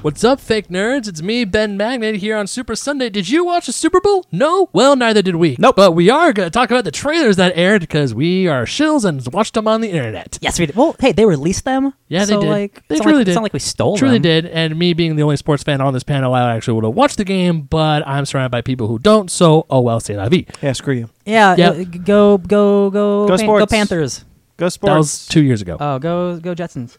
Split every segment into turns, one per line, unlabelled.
What's up, fake nerds? It's me, Ben Magnet, here on Super Sunday. Did you watch the Super Bowl? No? Well, neither did we.
Nope.
But we are going to talk about the trailers that aired because we are shills and watched them on the internet.
Yes, we did. Well, hey, they released them.
Yeah, they
so,
did.
Like,
They
it's not
truly
like,
did.
It's not like we stole
Truly
them.
did. And me being the only sports fan on this panel, I actually would have watched the game, but I'm surrounded by people who don't, so oh well, c'est la vie.
Yeah, screw you.
Yeah,
Yep.
uh, g- go go go
Go
Pan- go
sports.
Panthers.
Go
That
sports.
was two years ago.
Oh, go go Jetsons.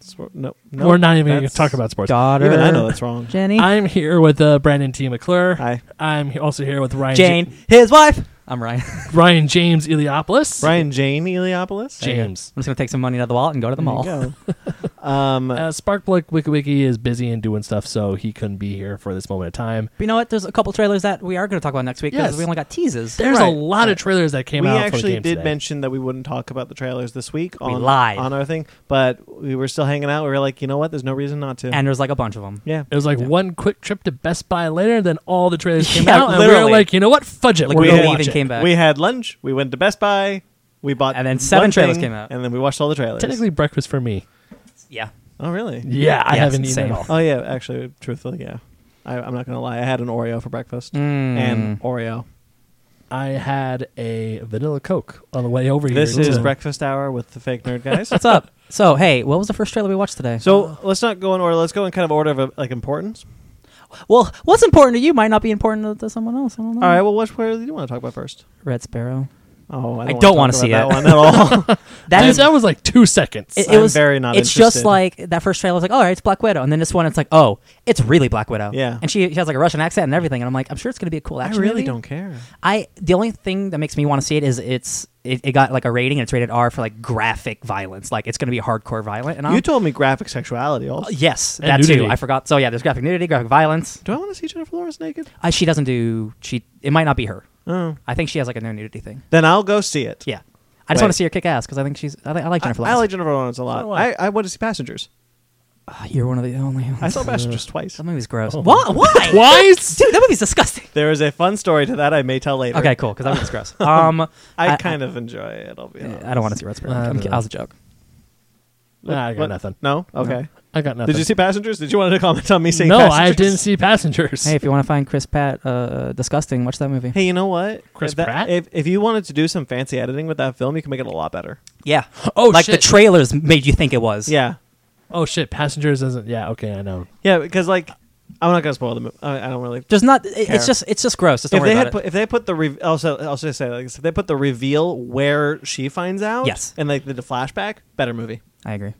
Spor- no, no,
We're not even going to
that's-
talk about sports.
Daughter.
Even I know that's wrong.
Jenny.
I'm here with uh, Brandon T. McClure.
Hi,
I'm he- also here with Ryan
Jane. His wife. I'm Ryan. I'm
Ja- Ryan James Eliopoulos.
Brian Jane Eliopoulos.
There you go.
James.
just gonna take some money out of the wallet and go to the mall.
There you go. um,
Uh, Sparkplug WikiWiki is busy and doing stuff, so he couldn't be here for this moment of time.
But you know what? There's a couple trailers that we are gonna talk about next week because
Yes.
we only got teases.
There's a
Right,
lot of
right.
trailers that came
we
out. for the
actually
game
did
today.
mention that we wouldn't talk about the trailers this week
We
on
lied.
on our thing, but we were still hanging out. We were like, you know what? There's no reason not to.
and there's like a bunch of them.
yeah,
It was like one quick trip to Best Buy later, then all the trailers came
Yeah,
out, and we
literally.
were like, you know what? Fudge it.
Like
we're
we
gonna
didn't
watch it.
even came back.
we had lunch. We went to Best Buy. We bought
And then seven
one
trailers
thing,
came out.
and then we watched all the trailers.
Technically, breakfast for me.
yeah.
oh really?
Yeah, I
Yeah, it's
haven't eaten
insane.
at all.
Oh yeah, actually, truthfully, yeah. I, I'm not gonna lie. I had an Oreo for breakfast
Mm.
and Oreo.
I had a vanilla Coke on the way over here.
This is
too.
breakfast hour with the fake nerd guys.
What's up? So hey, what was the first trailer we watched today?
so let's not go in order. Let's go in kind of order of uh, like importance.
well, what's important to you might not be important to, to someone else. I don't know.
All right. Well, which where do you want to talk about first?
Red Sparrow.
Oh, I
I
don't,
don't
want
wanna
to
see
that
it.
one at all.
That
Dude,
is
that was like two seconds.
It, it
I'm
was
very not
It's just
interested.
like that first trailer was like, all right, it's Black Widow, and then this one, it's like, oh, it's really Black Widow.
Yeah.
And she, she has like a Russian accent and everything, and I'm like, I'm sure it's gonna be a cool
I
action.
really
movie.
don't care.
I the only thing that makes me want to see it is it's it, it got like a rating and it's rated R for like graphic violence, like it's gonna be hardcore violent. And
You
I'm,
told me graphic sexuality. Also,
yes,
And
that
nudity.
too. I forgot. So yeah, there's graphic nudity, graphic violence.
do I want to see Jennifer Lawrence naked?
Uh, she doesn't do she. It might not be her.
Oh,
I think she has like a no nudity thing.
then I'll go see it.
Yeah, I just want
Wait.
to see her kick ass because I think she's. I, think I like
I,
Jennifer.
I
Lawrence.
like Jennifer Lawrence a lot.
do
I,
I.
I want to see Passengers.
Ah, you're one of the only. Ones.
I saw Passengers twice.
that movie's gross.
Oh.
Why? Why?
Twice?
Dude, that movie's disgusting.
There is a fun story to that I may tell later.
Okay, cool. Because that movie's gross. Um,
I, kind of enjoy it. I'll be. honest.
I don't want to see Red Sparrow.
I
I'm
don't
kid-
know.
that was a joke.
What-
Nah, I got
what-
nothing.
No. Okay.
I got nothing.
Did you see Passengers? Did you want to comment on me saying?
No, I
Passengers?
didn't see Passengers.
Hey, if you want to find Chris Pratt uh, disgusting, watch that movie.
Hey, you know what?
Chris
if that-
Pratt?
If, if you wanted to do some fancy editing with that film, you can make it a lot better.
Yeah.
Oh,
like the
shit.
trailers made you think it was.
Yeah,
oh shit, Passengers doesn't. Yeah, okay, I know.
yeah. Because like, I'm not gonna spoil the movie. I, I don't really.
There's not. It,
Care.
it's just. It's just gross. Just don't
if
worry
they had
about
put, if they put the re- also I'll just say like if they put the reveal where she finds out
Yes.
and like the, flashback better movie
it. I agree.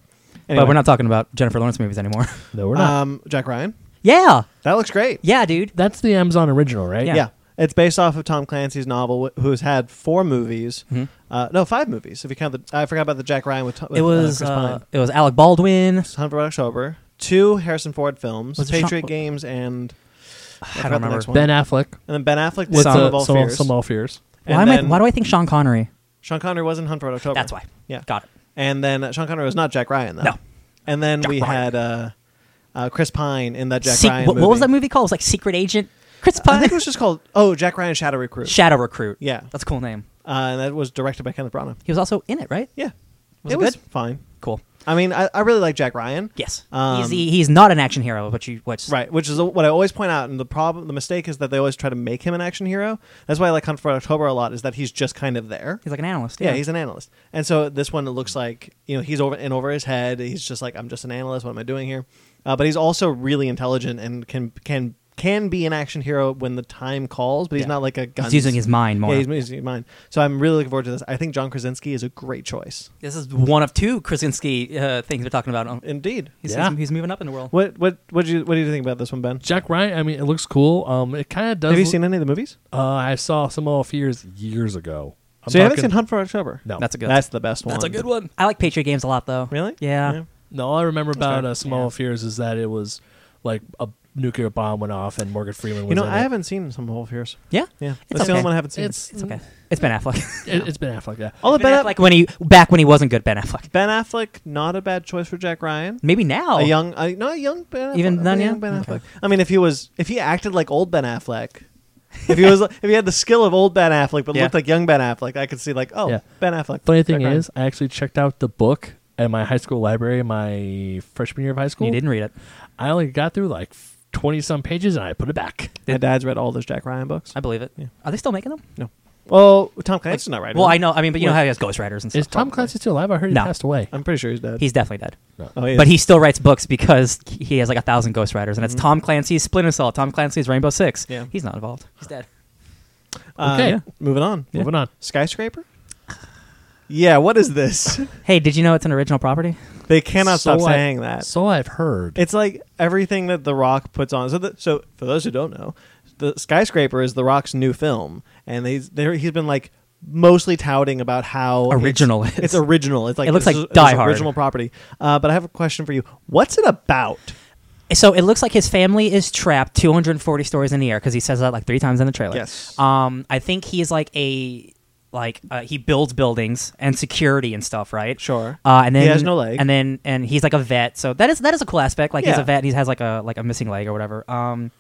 Anyway.
But we're not talking about Jennifer Lawrence movies anymore.
No, we're not.
um Jack Ryan
yeah.
that looks great
Yeah, dude.
That's the Amazon original, right?
Yeah.
yeah. it's based off of Tom Clancy's novel wh- who's had four movies
Mm-hmm.
uh, no five movies if you count the I forgot about the Jack Ryan with, Tom, with
It was.
uh, Chris
Uh,
Pine
it was Alec Baldwin.
Hunt for Red October two Harrison Ford films
Was it
Patriot
Sean-
Games and
I
forgot
don't
the
remember.
next one.
Ben Affleck
and then Ben Affleck did
with
Song
uh,
of All
some,
Fears
some all fears.
And
Why am I?
then-
Why do I think Sean Connery?
Sean Connery was in Hunt for Red October
That's why.
yeah
Got it.
And then uh, Sean Connery was not Jack Ryan, though.
No.
And then
Jack
we
Ryan.
had uh, uh, Chris Pine in that Jack
Se-
Ryan
what,
movie.
what was that movie called? It was like Secret Agent. Chris
I
Pine.
think it was just called, oh, Jack Ryan Shadow Recruit.
Shadow Recruit.
Yeah.
That's a cool name.
uh, and that was directed by Kenneth Branagh.
He was also in it, right?
Yeah.
Was it
was
good?
fine.
Cool.
I mean, I, I really like Jack Ryan.
Yes.
Um,
he's, he, he's not an action hero, but you what's
Right, which is what I always point out, and the problem, the mistake is that they always try to make him an action hero. That's why I like Hunt for Red October a lot, is that he's just kind of there.
He's like an analyst.
Yeah, he's an analyst. And so this one it looks like, you know, he's over and over his head. He's just like, I'm just an analyst. What am I doing here? Uh, but he's also really intelligent and can can can be an action hero when the time calls. But he's
Yeah.
not like a gun.
He's using his mind more.
Yeah, he's using his mind. So I'm really looking forward to this. I think John Krasinski is a great choice.
This is one of two Krasinski uh, things we're talking about.
Indeed.
He's,
Yeah.
he's, he's moving up in the world.
What what what did you what do you think about this one, Ben?
Jack Ryan. I mean, it looks cool. Um, it kind of does.
Have you
look-
seen any of the movies?
Uh, I saw some all fears years ago. I'm
so you haven't
talking-
seen Hunt for Red October?
No,
That's a good.
That's the best one.
one. I like Patriot games a lot, though.
Really?
Yeah.
No, all I remember about
fair.
uh, Small
Yeah.
Fears is that it was like a nuclear bomb went off and Morgan Freeman was
You know,
in
I
it.
haven't seen some Whole Fears.
Yeah.
Yeah,
It's
that's the
okay.
only one I haven't seen.
It's
It's okay. It's Ben Affleck.
it, has been Affleck. Yeah.
all the
ben
Ben,
Affleck when he back when he wasn't good. Ben Affleck.
Ben Affleck, not a bad choice for Jack Ryan.
Maybe now.
A young, a, not a young Ben. Affleck,
Even
a
then,
young
yeah?
Ben
Okay.
Affleck. I mean, if he was, if he acted like old Ben Affleck, if he was, if he had the skill of old Ben Affleck but
Yeah.
looked like young Ben Affleck, I could see like, oh,
Yeah.
Ben Affleck.
Funny thing
Jack Ryan.
is, I actually checked out the book at my high school library my freshman year of high school.
You didn't read it.
I only got through like twenty some pages, and I put it back.
My dad's read all those Jack Ryan books.
I believe it.
Yeah.
Are they still making them?
Well, Tom Clancy's not writing.
Well,
them.
I know. I mean, but you know
Well-
how he has ghostwriters and stuff.
Is Tom
probably.
Clancy still alive? I heard he
No.
passed away.
I'm pretty sure he's dead.
He's definitely dead.
oh, he is.
But he still writes books because he has like a thousand ghostwriters, and it's Tom Clancy's Splinter Cell, Tom Clancy's Rainbow Six.
Yeah.
He's not involved. He's dead.
Uh,
Okay.
yeah. Moving on.
Moving on.
Skyscraper. Yeah. What is this?
Hey, did you know it's an original property?
they cannot
So
stop
I-
saying that.
So I've heard.
It's like everything that The Rock puts on. So, the, so for those who don't know, the skyscraper is The Rock's new film, and he's there. He's been like mostly touting about how it's-
Original it
It's,
is.
original. It's like
It looks
this
like
is- this
Die
is
Hard.
original property. Uh, but I have a question for you. What's it about?
So it looks like his family is trapped 240 stories in the air because he says that like three times in the trailer.
Yes.
Um, I think he's like a like uh, he builds buildings and security and stuff, right?
Sure.
Uh, and
He
then
has no leg.
and then and he's like a vet, so that is that is a cool aspect. Like he's
Yeah.
a vet, and he has like a like a missing leg or whatever. Um,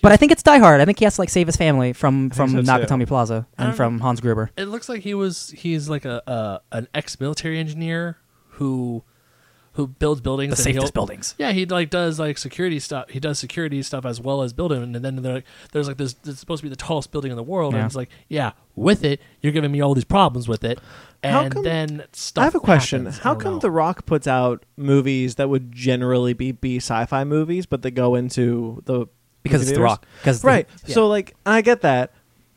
but I think it's Die Hard. I think he has to like save his family from from
so, too.
Nakatomi Plaza and
don't-
from Hans Gruber.
It looks like he was. He's like a uh, an ex military engineer who who builds buildings.
The
and
safest
he'll-
buildings.
Yeah, he like does like security stuff. He does security stuff as well as building. And then they're like, there's like this. It's supposed to be the tallest building in the world. And
Yeah.
it's like, yeah, with it, you're giving me all these problems with it. And
How come-
then stuff.
I have a question.
happens. I
How
don't
come
know.
The Rock puts out movies that would generally be B sci-fi movies, but they go into the
Because
movie
it's The
theaters?
Rock. 'Cause the-
right?
yeah.
So like, I get that,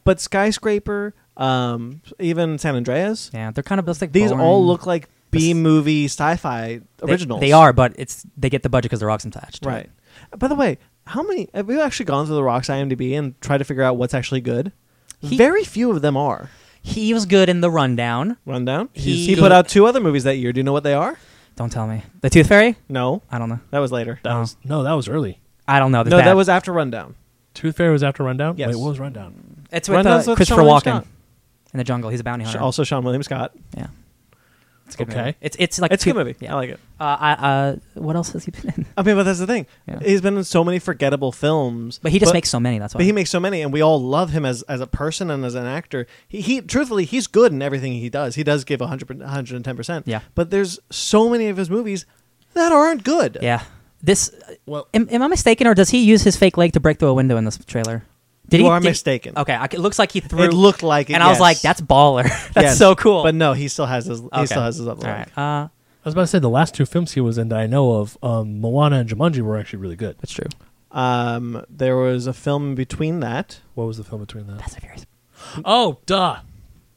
but skyscraper, um, even San Andreas,
Yeah, they're kind of just like
these all
boring.
look like B movie sci-fi
They-
originals.
They, are, but it's they get the budget because the rocks attached. to it.
right. By the way, how many have we actually gone through The Rock's IMDb and tried to figure out what's actually good?
He-
Very few of them are.
He was good in the rundown.
Rundown.
He's
he
good.
put out two other movies that year. Do you know what they are?
Don't tell me the Tooth Fairy.
No,
I don't know.
that was later.
That was no. That was early.
I don't know.
no, that was after Rundown.
Tooth Fairy was after Rundown. Wait,
Yes.
what was Rundown?
it's with
Rundown's
uh,
with
Christopher
Sean William
Walken
Scott.
in the jungle. He's a bounty hunter.
Also, Sean William Scott.
yeah, it's a good
Okay.
movie. It's it's like
it's a
two-
good movie.
Yeah,
I like it.
Uh, I, uh, what else has he been in?
I mean, but that's the thing.
Yeah.
He's been in so many forgettable films.
But he just makes so many. That's why.
But he makes so many, and we all love him as, as a person and as an actor. He, he truthfully, he's good in everything he does. He does give 100, 110%.
Yeah.
But there's so many of his movies that aren't good.
yeah. This. uh,
Well,
Am, am I mistaken, or does he use his fake leg to break through a window in this trailer? Did
You
he,
are
did-
mistaken.
Okay, I- it looks like he threw.
It looked like it.
and I was
yes.
like, "That's baller. That's
Yes.
so cool."
But no, he still has his, he
Okay.
still has his level.
All right. Uh,
I was about to say the last two films he was in that I know of, um, Moana and Jumanji, were actually really good.
that's true.
Um, there was a film between that,
What was the film between that?
Fast and Furious.
Oh, duh. Of
The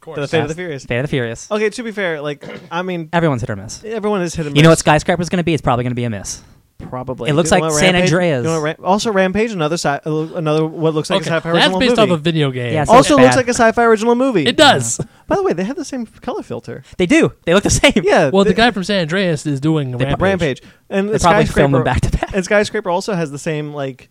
course.
Fate of the Furious. Oh.
Fate of the Furious.
Okay, to be fair, like, I mean,
Everyone's hit or miss.
everyone is hit and
You know
miss.
what Skyscraper's going to be? It's probably going to be a miss.
Probably.
It looks
You know
like
what,
San
Rampage-
Andreas.
you know what, Ra- also, Rampage, another sci- another what looks like
Okay,
a sci-fi
that's
original
based
movie. Oh,
off a video game.
Yeah, so-
also
It's
looks
bad.
like a sci-fi original movie.
it does.
By the way, they have the same color filter.
They do. They look the same.
Yeah.
Well, the
th-
guy from San Andreas is doing Rampage.
Uh, Rampage. And
They
the
probably filmed
skyscraper
them back to back.
And skyscraper also has the same like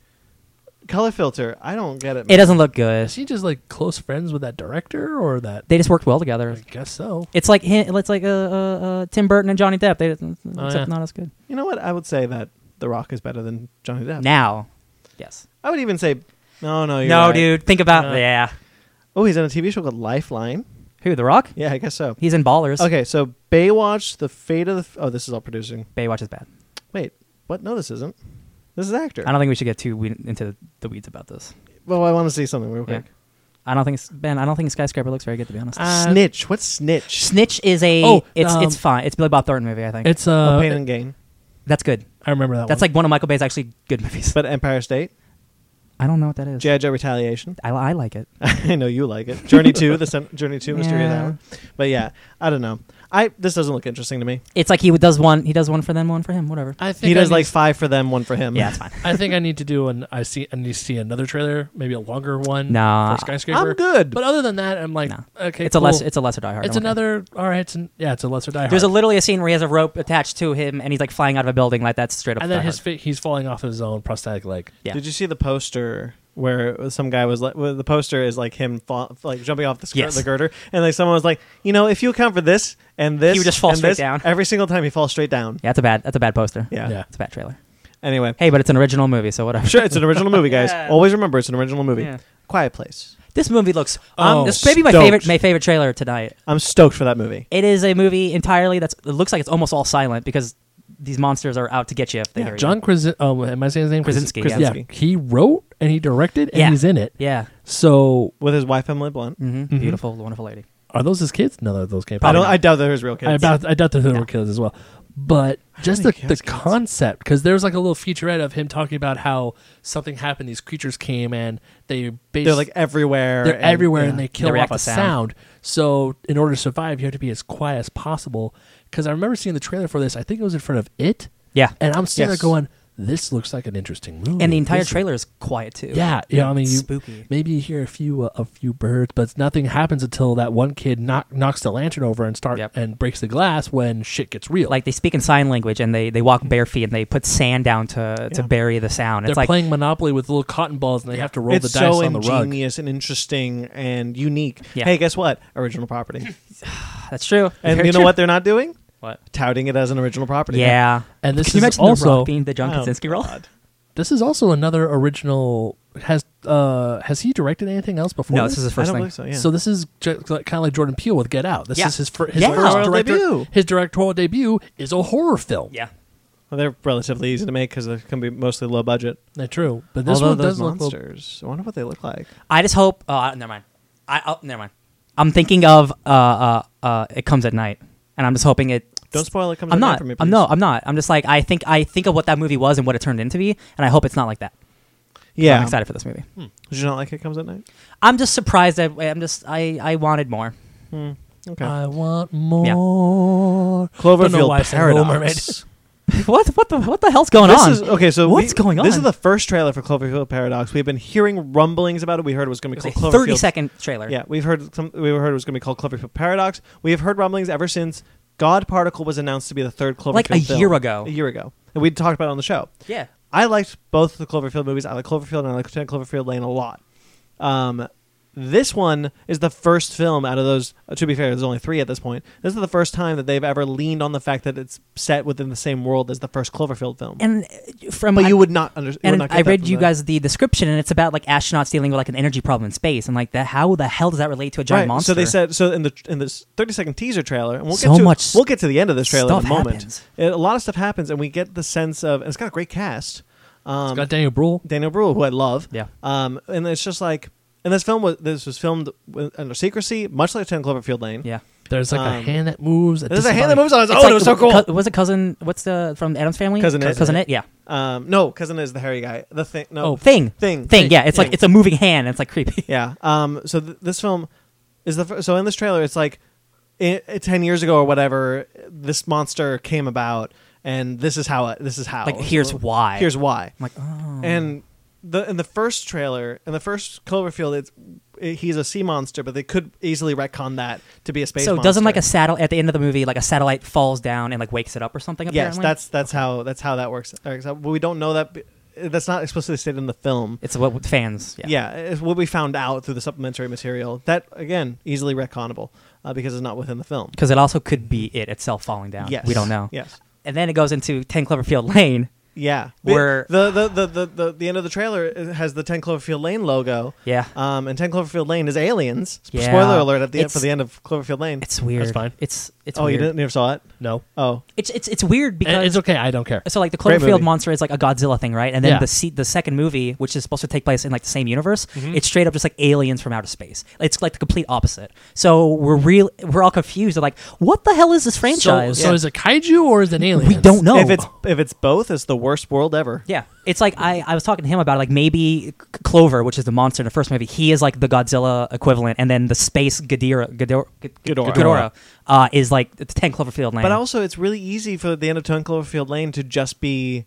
color filter. I don't get it.
It
man.
doesn't look good.
Is he just like close friends with that director or that?
They just worked well
I
together.
guess so.
It's like hi- it's like uh, uh, uh, Tim Burton and Johnny Depp. They except
Oh, yeah.
not as good.
You know what? I would say that The Rock is better than Johnny Depp.
Now, yes.
I would even say no, no, you're
no,
right.
dude. Think about
Uh,
yeah.
Oh, he's in a TV show called Lifeline.
Who? The Rock?
Yeah, I guess so.
He's in Ballers.
Okay, so Baywatch, The Fate of the. F- oh, this is all producing.
Baywatch is bad.
Wait, what? No, this isn't. This is actor.
I don't think we should get too we- into the weeds about this.
Well, I want to see something real
Yeah.
quick.
I don't think s- Ben. I don't think Skyscraper looks very good to be honest.
Uh,
snitch. What's snitch?
Snitch is a.
Oh,
it's
um,
it's fine. It's Billy Bob Thornton movie. I think
It's
Oh, pain
uh,
and gain.
that's good.
I remember that.
That's
one.
like one of Michael Bay's actually good movies.
But Empire State,
I don't know what that is.
G.I. Joe Retaliation.
I, I like it.
I know you like it. Journey Two, the sen- Journey Two, Mysterious
Yeah.
Hour. But yeah, I don't know. I this doesn't look interesting to me.
It's like he does one. He does one for them, one for him. Whatever.
I think
He
I
does
need-
like five for them, one for him.
yeah, it's fine.
I think I need to do an. I see. I need to see another trailer, maybe a longer one.
Nah.
for skyscraper.
I'm good.
But other than that, I'm like,
No.
okay,
it's a
cool.
lesser. It's a lesser Die Hard.
It's
I'm okay.
another. All right. It's an, yeah. It's a lesser die.
There's a
Hard.
literally a scene where he has a rope attached to him and he's like flying out of a building like that's straight up.
and then
Die
his
Hard.
fi- he's falling off his own prosthetic leg.
yeah.
Did you see the poster where it was- some guy was like, well, the poster is like him fa- like jumping off the, skir-
Yes.
the girder, and like someone was like, you know, if you account for this and this,
He would just fall
and
straight
this,"
down.
Every single time he falls straight down.
yeah, it's a bad. That's a bad poster.
Yeah.
Yeah.
it's a bad trailer.
Anyway,
Hey, but it's an original movie, so whatever.
sure, it's an original movie, guys.
Yeah.
Always remember, it's an original movie.
Yeah.
Quiet Place.
This movie looks.
Oh,
Um, this may be my
stoked.
favorite. My favorite trailer tonight.
I'm stoked for that movie.
It is a movie entirely that's. It looks like it's almost all silent because these monsters are out to get you if they hear
John Krasin. Oh, am I saying his name?
Krasinski,
Kras-
yeah.
Yeah, he wrote and he directed and
Yeah.
he's in it.
you. Yeah.
So
with his wife Emily Blunt.
hmm
Mm-hmm.
Beautiful, wonderful lady.
are those his kids? None of those came.
I don't. I doubt that his real kids.
I about I doubt that they
No.
were kids as well, but just the,
think he
the
has kids.
concept because there was like a little featurette of him talking about how something happened. These creatures came and they basically
they're like everywhere.
they're
and-
everywhere
yeah.
and they kill
They
off
react
a
to
sound.
sound.
So in order to survive, you have to be as quiet as possible. Because I remember seeing the trailer for this. I think it was in front of it,
Yeah.
and I'm sitting
Yes.
there going, "This looks like an interesting movie."
And the entire
This-
trailer is quiet too.
Yeah, yeah. I mean, you,
Spooky.
Maybe you hear a few uh, a few birds, but nothing happens until that one kid knock, knocks the lantern over and start
Yep.
and breaks the glass when shit gets real.
Like they speak in sign language and they, they walk bare feet and they put sand down to, to
Yeah.
bury the sound.
Hmm. they're
It's like
playing Monopoly with little cotton balls, and they have to roll
it's
the dice
so
on the rug.
ingenious and interesting and unique.
Yeah.
Hey, guess what? Original property.
"Ah, that's true.
And
Very
you know
true.
what they're not doing?
What?
Touting it as an original property.
Yeah.
And this
Can you
is
imagine the
also
rock being the John
Oh,
Krasinski role?
God.
this is also another original. Has uh has he directed anything else before?
No, this is his
I
first
don't
thing.
believe so. Yeah.
So this is kind of like Jordan Peele with Get Out. This
Yeah.
is his, fir- his
Yeah.
first
Directorial
director,
debut.
His directorial debut is a horror film.
Yeah.
Well, they're relatively easy to make because they can be mostly low budget.
That's true. But this
Although
one
those
does look. a little-
monsters, I wonder what they look like.
I just hope. Oh, I- never mind. I oh, never mind. I'm thinking of uh, uh uh it comes at night, and I'm just hoping it.
Don't spoil it. Comes
I'm
out now
not.
for me.
I'm
please.
no. I'm not. I'm just like I think. I think of what that movie was and what it turned into be, and I hope it's not like that.
Yeah.
I'm excited for this movie.
Hmm.
Did you not like it comes at night?
I'm just surprised. That, I'm just. I I wanted more.
Okay.
I want more. Don't know why I
Cloverfield
said Little
Paradox.
what what the what the hell's going
This
on?
is okay. So
What's
we-
going
This is
on?
the first trailer for Cloverfield Paradox. We've been hearing rumblings about it. We heard it was going to
It
be
was
called
a 30
Cloverfield.
second trailer.
Yeah, we've heard some, we heard it was going to be called Cloverfield Paradox. We have heard rumblings ever since God Particle was announced to be the third Cloverfield
Like a
film.
year ago.
A year ago, and we talked about it on the show.
Yeah.
I liked both the Cloverfield movies. I like Cloverfield and I like Cloverfield Lane a lot. Um, this one is the first film out of those. uh, To be fair, there's only three at this point. This is the first time that they've ever leaned on the fact that it's set within the same world as the first Cloverfield film.
And uh, from
but
I-
you would not understand.
and I read you guys the description, and it's about like astronauts dealing with like an energy problem in space, and like that. How the hell does that relate to a giant
right.
monster?
So they said so in the in this 30 second teaser trailer, and we'll
So
get to
much
we'll get to the end of this trailer in a
stuff
moment.
happens.
It- a lot of stuff happens, and we get the sense of and it's got a great cast. Um,
It's got Daniel Bruhl.
Daniel Bruhl, who I love.
Yeah.
Um, and it's just like, and this film was this was filmed with- under secrecy, much like Ten Cloverfield Lane.
Yeah.
There's like a
Um,
hand that moves.
There's a hand that moves on its own.
like-
Oh, it was so cool.
cou- was it cousin? What's the from Adam's family?
Cousin
Cou-
Ed.
Cousin Ed. Yeah.
Um, no, cousin is the hairy guy. The thing. No.
Oh.
Thing.
Thing.
Thing. Yeah. It's
Yeah.
like it's a moving hand. and It's like creepy.
Yeah. Um. So th- this film is the fir- so in this trailer it's like i i- ten years ago or whatever this monster came about and this is how it, this is how
Like, here's why.
here's why
I'm like, oh.
and the in the first trailer in the first Cloverfield it's i he's a sea monster but they could easily retcon that to be a space.
so
monster.
doesn't like a satellite at the end of the movie like a satellite falls down and like wakes it up or something?
yes
Apparently?
that's that's how that's how that works. Or, except- well, we don't know that b- that's not explicitly stated in the film.
it's what fans. Yeah.
yeah, it's what we found out through the supplementary material that again easily retconable uh, because it's not within the film.
Because it also could be it itself falling down.
Yes.
We don't know.
Yes.
And then it goes into Ten Cloverfield Lane.
Yeah.
Where-
the the, the, the, the the end of the trailer has the Ten Cloverfield Lane logo.
Yeah.
Um, and Ten Cloverfield Lane is aliens. Sp-
Yeah.
Spoiler alert at the end
It's-
for the end of Cloverfield Lane.
It's weird.
fine.
It's it's
oh,
weird.
you didn't you never saw it?
No,
Oh,
It's it's it's weird
And
because
it's okay. I don't care.
so like the
Great movie.
Cloverfield monster is like a Godzilla thing, right? And then
Yeah.
the se- the second movie, which is supposed to take place in like the same universe,
Mm-hmm.
it's straight up just like aliens from outer space. It's like the complete opposite. So we're real we're all confused. They're like, what the hell is this
So,
franchise?
so is it kaiju or is it aliens?
We don't know.
if it's if it's both, it's the worst world ever.
yeah, it's like I, I was talking to him about it, like maybe C- Clover, which is the monster in the first movie, he is like the Godzilla equivalent, and then the space Ghidorah, Ghidorah,
Ghidorah.
Ghidorah, Ghidorah uh, is like the ten Cloverfield Lane.
But also, it's really easy for the end of Ten Cloverfield Lane to just be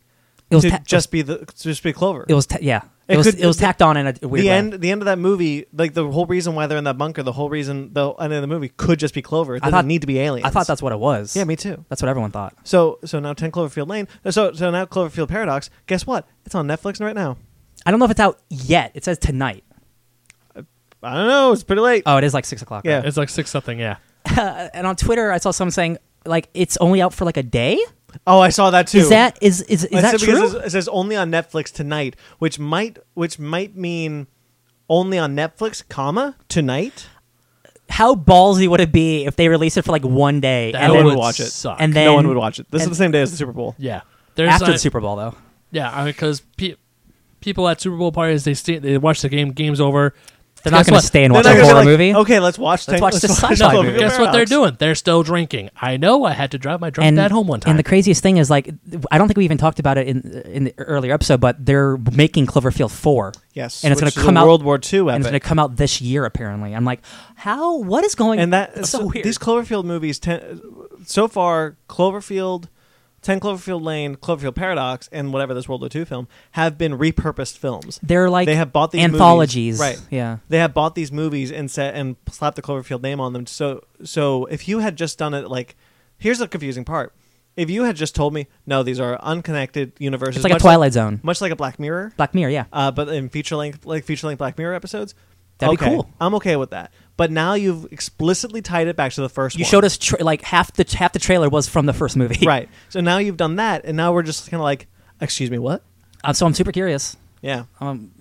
It was
to
ta- it
just be the to just be Clover.
it was ta- yeah, it,
It
was
could-
it was tacked on in a weird
the
way.
end, the end of that movie, like the whole reason why they're in that bunker, the whole reason the end of the movie could just be Clover. It
I
doesn't
thought-
need to be aliens.
I thought that's what it was.
yeah, me too.
That's what everyone thought.
So so now Ten Cloverfield Lane. So so now Cloverfield Paradox. Guess what? It's on Netflix right now.
I don't know if it's out yet. It says tonight.
I don't know. It's pretty late.
Oh, it is like six o'clock.
Yeah.
It's like six something. Yeah.
right? And on Twitter, I saw someone saying like it's only out for like a day.
oh, I saw that too.
Is that is is, is
I
that
said because
true?
It says, it says only on Netflix tonight, which might which might mean only on Netflix, comma tonight.
how ballsy would it be if they released it for like one day
That
and
no one
then
would
would
watch it.
suck.
and then
no one would watch it. This
and-
is the same day as the Super Bowl.
Yeah. There's
after
not-
the Super Bowl though.
Yeah, I mean, because pe- people at Super Bowl parties they stay, they watch the game. Game's over.
They're not
Guess
going
what?
to stay and
They're
watch
not
a
gonna be
horror
like,
movie.
Okay, let's watch.
Let's
Tank-
watch this
watch
sci-fi
Tangled
movie.
Guess what they're
Paradox.
doing? They're still drinking. I know. I had to drive my drunk dad home one time.
And the craziest thing is, like, I don't think we even talked about it in in the earlier episode, but they're making Cloverfield four.
Yes,
and it's
which
gonna
is a
come out-
World War II epic.
and it's going to come out this year. Apparently, I'm like, how? What is going?
and that
That's
so
so weird.
these Cloverfield movies, ten, so far, Cloverfield, Ten Cloverfield Lane, Cloverfield Paradox, and whatever this World War II film have been repurposed films.
they're like
they have bought these movies-
anthologies,
right?
Yeah,
They have bought these movies and set and slapped the Cloverfield name on them. So so if you had just done it like, here's the confusing part. If you had just told me, no, these are unconnected universes,
it's like a
much
Twilight Zone,
much like a Black Mirror,
Black Mirror. Yeah,
uh, but in feature length, like feature length Black Mirror episodes,
That'd be
okay,
cool.
I'm okay with that. But now you've explicitly tied it back to the first.
you
one.
showed us tra- like half the half the trailer was from the first movie.
right. So now you've done that, and now we're just kind of like, excuse me, what?
Um, so I'm super curious.
Yeah,
Uh,
Um,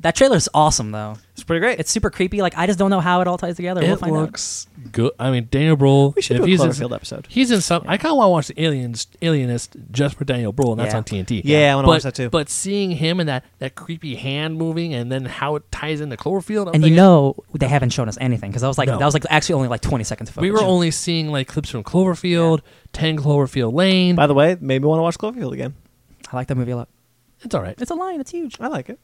that trailer's awesome though.
it's pretty great.
It's super creepy. Like I just don't know how it all ties together. we'll
it
find out.
looks good. I mean, Daniel Brühl.
we should
if
do a
he's
Cloverfield
in,
episode.
He's in some. I kind of want to watch the Aliens, Alienist, just for Daniel Brühl, and that's
Yeah.
on TNT.
Yeah, I wanna
But-
watch that too.
But seeing him and that that creepy hand moving, and then how it ties into Cloverfield, I'm
And you
thinking-
know they haven't shown us anything because I was like
No.
that was like actually only like 20 seconds. Of
we were
footage.
only seeing like clips from Cloverfield, Ten Cloverfield Lane.
By the way, made me want to watch Cloverfield again.
I like that movie a lot.
It's all right.
It's a lion. It's huge.
I like it.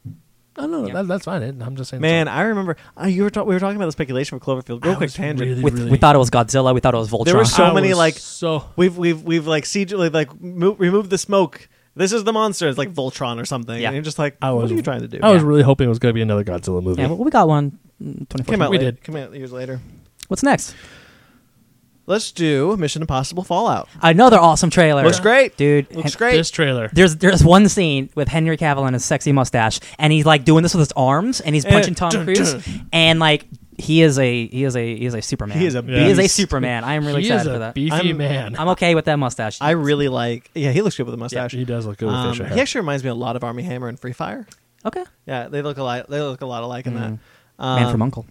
No, no, no,
Yeah.
that, that's fine. It- I'm just saying. it's
Man, I remember uh, you were ta- we were talking about the speculation for Cloverfield. Real
I
quick
was
tangent.
really-
With, We thought it was Godzilla. We thought it was Voltron.
There were so
I
many
was
like
so
we've we've we've like CG like, like mo- remove the smoke. This is the monster. It's like Voltron or something.
Yeah.
And you're just like,
I was-
what are you trying to do?
I was
Yeah.
really hoping it was going to be another Godzilla movie.
yeah, well, we got one. mm, 2014.
came out.
We
later-
did.
Came out years later.
What's next?
Let's do Mission Impossible Fallout.
Another awesome trailer.
Looks great,
dude.
Looks
Hen-
great.
This trailer.
There's there's one scene with Henry Cavill and his sexy mustache, and he's like doing this with his arms, and he's
And-
punching Tom
dun,
Cruise,
dun.
and like he is a he is a he is a Superman.
He is a
he is a
beast.
Superman. I am really
he is
excited
a
for that.
beefy
I'm-
man.
I'm okay with that mustache.
I really like. Yeah, he looks good with a
Yeah,
mustache.
he does look good with
Um,
facial hair.
he actually reminds me a lot of Army Hammer and Free Fire.
okay,
Yeah, they look a lot. They look a lot alike in
Mm.
that. Um,
Man from Uncle.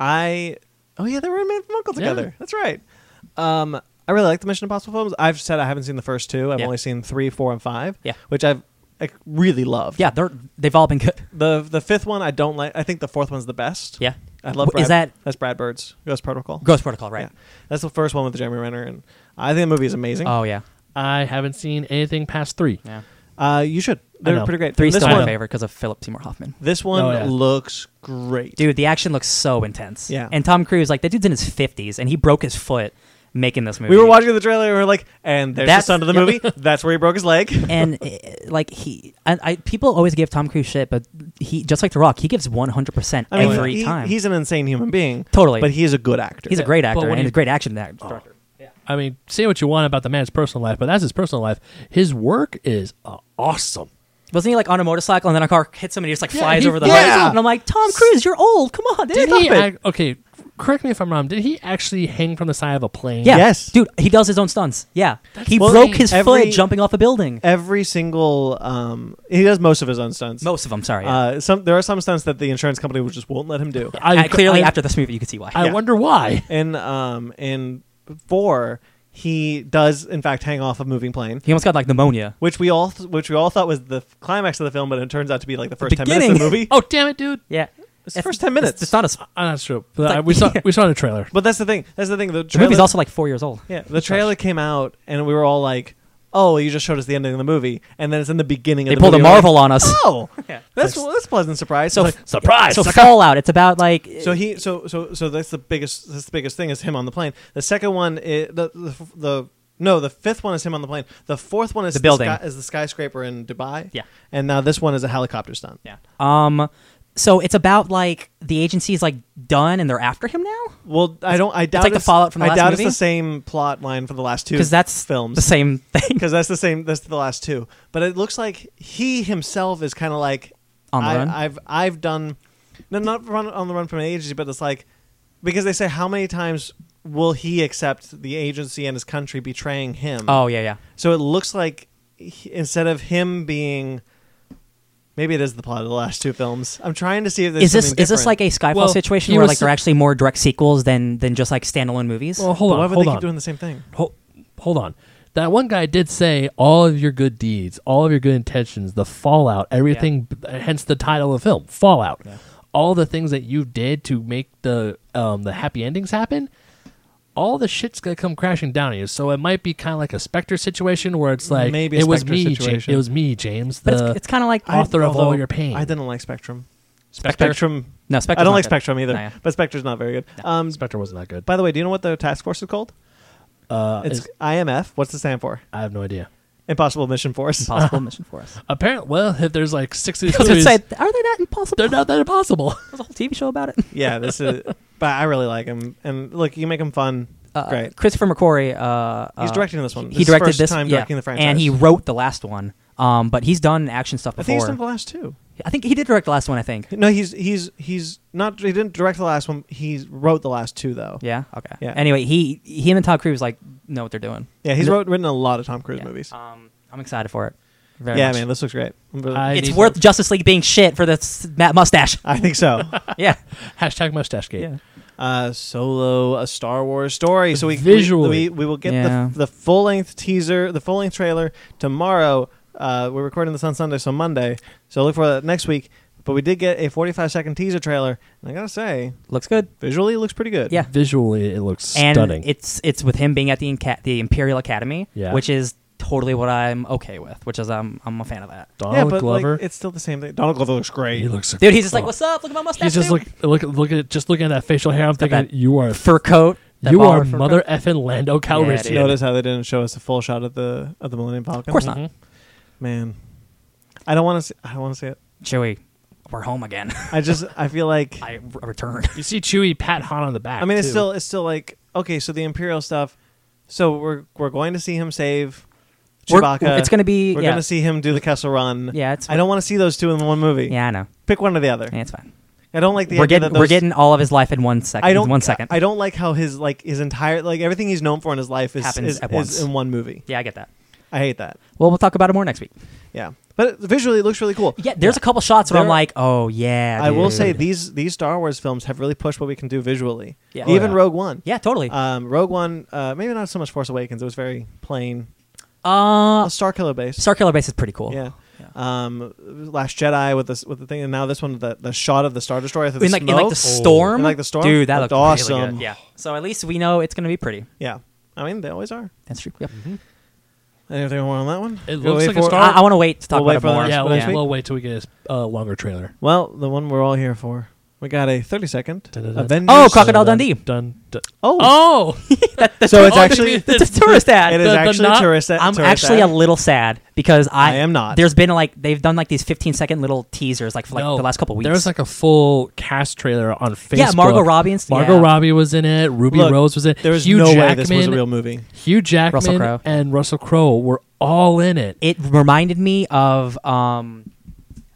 I. Oh yeah, they were in Man from Uncle
Yeah.
together. That's right. Um, I really like the Mission Impossible films. I've said I haven't seen the first two. I've
Yeah.
only seen three, four, and five.
Yeah.
which I've like really loved.
Yeah, they're they've all been good.
The the fifth one I don't like. I think the fourth one's the best.
Yeah,
I love.
W-
Brad,
is that
that's Brad Bird's Ghost Protocol?
Ghost Protocol, right?
Yeah. That's the first one with Jeremy Renner, and I think the movie is amazing.
Oh yeah,
I haven't seen anything past three.
yeah.
Uh, you should. They're
know.
pretty great.
Three
this
still my
one,
favorite because of Philip Seymour Hoffman.
This one
Oh, yeah.
looks great.
Dude, the action looks so intense.
Yeah.
and Tom Cruise, like that dude's in his 50s, and he broke his foot making this movie.
We were watching the trailer and we are like, and there's
That's-
the son of the
yeah.
movie. That's where he broke his leg.
and uh, like he, I, I people always give Tom Cruise shit, but he just like The Rock, he gives one hundred percent
I mean,
every
he-
time.
he's an insane human being.
Totally.
But he is a good actor.
he's a
Yeah,
great
but
actor
when
and
he-
a great action act-
Oh.
director.
I mean, say what you want about the man's personal life, but that's his personal life. His work is uh, awesome.
Wasn't he like on a motorcycle and then a car hits him and he just like
Yeah,
flies
he-
over the
yeah.
horizon? And I'm like, Tom Cruise, you're old. Come on, dude.
Did
Stop
he?
it."
Ac- okay, correct me if I'm wrong. Did he actually hang from the side of a plane?
yeah,
Yes.
dude. He does his own stunts. Yeah, he
Well,
broke his
every- e-,
foot jumping off a building.
Every single um, he does most of his own stunts.
Most of them, sorry. yeah.
Uh, some there are some stunts that the insurance company will just won't let him do.
I,
And clearly,
I,
after this movie, you can see why.
I
yeah.
wonder why.
In um in four, he does in fact hang off a moving plane.
he almost got like pneumonia.
Which we all which we all thought was the climax of the film, but it turns out to be like the first ten minutes
beginning.
of the movie.
Oh damn it, dude!
Yeah,
It's the first 10 minutes.
It's, it's not as
Uh, that's true. But, uh,
like-
we saw we saw it in a trailer.
But that's the thing. That's the thing. The,
the
trailer,
movie's also like four years old.
yeah. The trailer came out, and we were all like, "Oh, you just showed us the ending of the movie," and then it's in the beginning.
They
of the
pulled a
movie, and we're
Marvel on us.
Like, oh,
Yeah.
that's that's a pleasant surprise.
So
It's like-
Surprise!
So
sucker!
Fallout, it's about like
so he so so so that's the biggest that's the biggest thing is him on the plane. The second one is the the, the no the fifth one is him on the plane. The fourth one is
The building.
sky- is the skyscraper in Dubai.
Yeah.
and now this one is a helicopter stunt.
Yeah. Um. So it's about like the agency's like done and they're after him now
Well, I don't. I doubt
like the
it's-
fallout from the
I
last
doubt
movie?
it's the same plot line for the last two
because that's
films.
the same thing.
because that's the same. That's the last two. But it looks like he himself is kind of like
On the
I,
run?
I've I've done no not run on the run from an agency, but it's like because they say how many times will he accept the agency and his country betraying him?
Oh yeah, yeah.
so it looks like he, instead of him being Maybe it is the plot of the last two films. I'm trying to see if there's
Is this
something
is this
different.
like a Skyfall
Well,
situation
he
where
was
like they're
s-
actually more direct sequels than than just like standalone movies?
Well,
But
hold
why
on,
would
hold
they
on,
keep doing the same thing?
hold, hold on. That one guy did say all of your good deeds, all of your good intentions, the fallout, everything. Hence the title of the film, Fallout. All the things that you did to make the um, the happy endings happen. All the shit's gonna come crashing down on you. So it might be kind of like a Spectre situation where it's like
Maybe a
it was
Spectre
me, Ja-
situation.
it was me, James.
but
the-
it's, it's kind of like
uh, I- Author of all
although
your pain.
I didn't like Spectrum.
Spectre?
Spectrum.
no
I
Spectre.
don't like Spectrum either,
No, yeah.
but Spectre's not very good. Um,
Spectre wasn't that good.
by the way, do you know what the task force is called?
Uh,
It's
it's-
IMF. What's it stand for?
I have no idea.
Impossible Mission Force.
Impossible mission for us.
Apparently, well, if there's like six of
I was gonna
these
say,
movies,
are they that impossible?
they're not that impossible.
There's a whole TV show about it.
yeah, this is. But I really like him, and look, you make him fun.
Uh,
Great.
Christopher McQuarrie. Uh,
He's
uh,
directing this one. This
he
is
directed
first
this.
time
yeah,
directing the franchise,
and he wrote the last one. Um, but he's done action stuff
I think
before.
he's done the last two.
I think he did direct the last one. I think.
No, he's he's he's not. He didn't direct the last one. He wrote the last two though.
Yeah. Okay.
Yeah.
Anyway, he him and Tom Cruise like know what they're doing.
yeah. He's
No-
wrote, written a lot of Tom Cruise
Yeah.
movies.
Um, I'm excited for it. Very
Yeah,
much.
man, this looks great. I'm really-
I-
It's
need
worth Justice League being shit for this ma- mustache.
I think so.
yeah.
Hashtag mustache gate.
Yeah.
uh, solo, a Star Wars story. So we
Visually.
we, we, we will get
Yeah.
the, the full length teaser, the full length trailer tomorrow. Uh, we're recording this on Sunday, so Monday. So look for that next week. But we did get a 45 second teaser trailer, and I gotta say,
Looks good.
visually it looks pretty good.
Yeah.
Visually, it looks
And
stunning.
it's it's with him being at the Inca- the Imperial Academy,
Yeah.
which is totally what I'm okay with, which is I'm I'm a fan of that.
yeah,
Donald
but
Glover.
like, it's still the same thing. Donald Glover looks great.
he looks.
Dude, he's just like,
oh.
"What's up? Look at my mustache."
He's just
dude."
look look look at just looking at that facial hair. I'm
got
thinking
that
you are
fur coat. that
you
baller
are
fur
mother
coat.
effing Lando
dude.
Calrissian.
Yeah.
Notice how they didn't show us a full shot of the of the Millennium Falcon.
Of course not,
Mhm.
man. I don't want to. I don't want to see it.
Chewie. We're home again.
I just. I feel like.
I re- return.
You see Chewie pat Han on the back.
I mean, it's
too.
still it's still like okay. So the Imperial stuff. So we're we're going to see him save
We're-
Chewbacca.
it's gonna be-
We're
yeah.
going to see him do the Kessel Run.
Yeah, it's
I don't want to see those two in one movie.
yeah, I know.
Pick one or the other.
Yeah, it's fine.
I don't like the
we're
idea that
getting
those,
we're getting all of his life in one second.
I don't
one second.
I don't like how his like his entire like everything he's known for in his life is
Happens
is,
at
is
once.
in one movie.
yeah, I get that.
I hate that.
Well, we'll talk about it more next week.
Yeah, but visually it looks really cool.
Yeah, there's a couple shots where I'm
There-
like, oh yeah.
I will
dude.
say these these Star Wars films have really pushed what we can do visually.
Yeah. Oh,
Even
yeah.
Rogue One.
Yeah, totally.
Um, Rogue One, uh, maybe not so much Force Awakens. It was very plain.
Uh,
A Oh, Star Killer base.
Star Killer Base is pretty cool.
Yeah.
Yeah.
Um, Last Jedi with this with the thing, and now this one with the, the shot of the Star Destroyer through the
In like, in
smoke.
like the storm,
In, like, the storm?
dude, that
Looked
looked awesome.
awesome.
Yeah, so at least we know it's gonna be pretty.
yeah. I mean, they always are.
That's true. Yep.
Mm-hmm. Anything more on that one?
It
Go
looks
wait
like a
for-
Star-
I, I want to wait to talk
We'll wait for
about it more.
the
yeah.
next
We'll,
week.
we'll wait till we get a uh, longer trailer.
Well, the one we're all here for. We got a 30 second
Da-da-da.
Avengers.
Oh, Crocodile Dundee.
uh, Dun, dun-
Oh,
oh,
so it's
oh,
actually
it's-
it
It's a tourist ad.
is
the- the
actually
not-
tourist.
I'm
tourist
actually
ad.
a little sad because I,
I am not.
There's been like they've done like these 15 second little teasers like for like
No,
the last couple weeks.
There was like a full cast trailer on Facebook.
yeah, Margot Robbie and
Margot
yeah.
Robbie was in it. Ruby
Look,
Rose was in it.
There was
Hugh
no
Jackman,
way this was a real movie.
Hugh Jackman
Russell Crowe.
and Russell Crowe were all in it.
It reminded me of um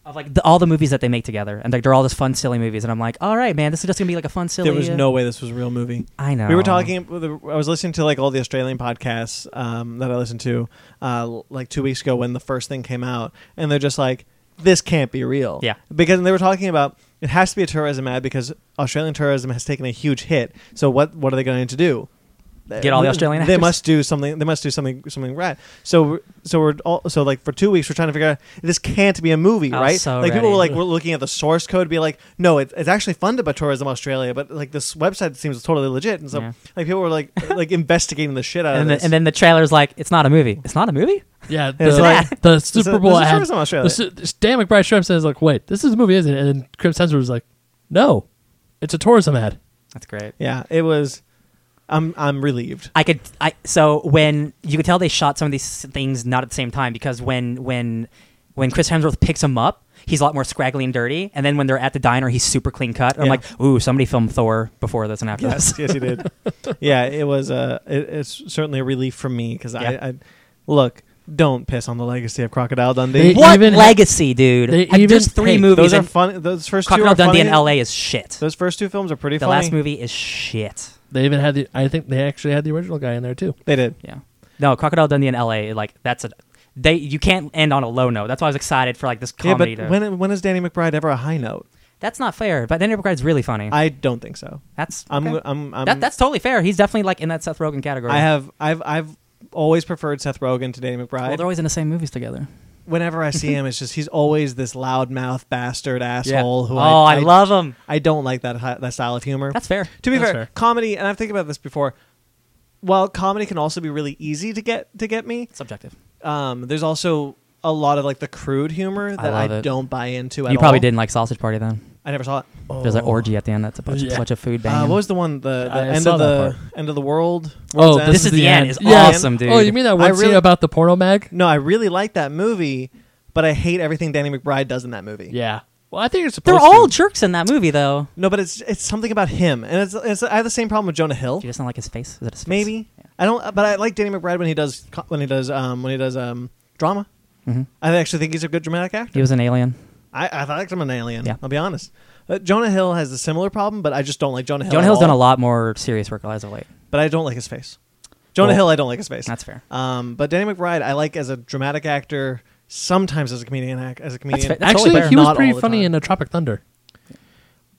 of like the, all the movies that they make together, and like they're all just fun silly movies, and I'm like, all right, man, this is just gonna be like a fun silly.
There was
uh,
no way this was a real movie.
I know.
We were talking. I was listening to like all the Australian podcasts um, that I listened to uh, like two weeks ago when the first thing came out, and they're just like, "This can't be real."
Yeah.
because they were talking about it has to be a tourism ad because Australian tourism has taken a huge hit. So what what are they going to do?
Get all the Australian
They
actors?
must do something. They must do something. Something right. So we're- so we're all, so like for two weeks we're trying to figure out this can't be a movie,
I was
right?
Oh, so
like people
ready.
were like we're looking at the source code, be like, no, it's it's actually funded by Tourism Australia, but like this website seems totally legit, and so
Yeah.
like people were like like investigating the shit out
and
of
then,
this.
and then the trailer's like, it's not a movie. It's not a movie.
Yeah, the,
It's
like-
the Super Bowl
this is
ad.
tourism Australia.
the Su- Dan McBride Shrimp says like, "Wait, this is a movie, isn't it?" And then Chris Hemsworth was like, "No, it's a tourism ad."
That's great.
yeah, it was. I'm I'm relieved.
I could I so when you could tell they shot some of these things not at the same time because when when when Chris Hemsworth picks him up, he's a lot more scraggly and dirty, and then when they're at the diner, he's super clean cut. I'm
Yeah.
like, ooh, somebody filmed Thor before this and after
Yes,
this.
yes, you did. Yeah, it was. Uh, it, it's certainly a relief for me because
Yeah.
I, I look. Don't piss on the legacy of Crocodile
They
Dundee.
What
even-
legacy, dude?
they
Like,
even-
There's three
hey,
movies.
Those are
and
fun. Those first
Crocodile
two are
Dundee
funny.
in L.A. is shit.
Those first two films are pretty
The
funny.
last movie is shit.
They even had the. I think they actually had the original guy in there too.
they did.
Yeah. No, Crocodile Dundee in L.A. Like that's a they you can't end on a low note. That's why I was excited for like this
Yeah,
comedy.
but
to-
when when is Danny McBride ever a high note?
that's not fair. But Danny McBride's really funny.
I don't think so.
that's
I'm
okay.
I'm, I'm
That- that's totally fair. He's definitely like in that Seth Rogen category.
I have I've I've always preferred Seth Rogen to Danny McBride.
Well, they're always in the same movies together.
Whenever I see him, it's just he's always this loudmouth bastard asshole who
oh,
I,
I, love him.
I don't like that hi- that style of humor.
That's fair.
to be
That's
fair,
fair.
comedy, and I've think about this before. While comedy can also be really easy to get to get me,
Subjective.
um, there's also a lot of like the crude humor that I,
love it.
don't buy into. At
You probably
all.
didn't like Sausage Party then.
I never saw it.
There's an orgy at the end. That's a bunch,
Yeah.
bunch of food
Uh,
banging.
what was the one? The, the
I
end
saw
of
that
the end of the world.
Oh,
World's End?
This is the end. It's
Yes.
awesome, dude.
Oh, you mean that one
I really-
scene about the porno mag?
no. I really like that movie, but I hate everything Danny McBride does in that movie.
Yeah. Well, I think it's
They're
supposed
all
to.
jerks in that movie, though.
No, but it's it's something about him, and it's, it's I have the same problem with Jonah Hill.
Do you just not like his face? Is it his face?
Maybe I don't, but I like Danny McBride when he does co- when he does um when he does um drama.
Mhm.
I actually think he's a good dramatic actor.
He was an alien.
I I liked him an alien.
Yeah.
I'll be honest. Uh, Jonah Hill has a similar problem, but I just don't like Jonah Hill.
Jonah
at
Hill's done a
all.
lot more serious work as of late.
but I don't like his face. Jonah
Well,
Hill, I don't like his face.
Oh, That's fair.
Um, but Danny McBride, I like as a dramatic actor, sometimes as a comedian. ac- As a comedian,
fair. That's
Actually,
totally fair.
he was
Not
pretty
all the
funny
time.
uh,
in a Tropic Thunder.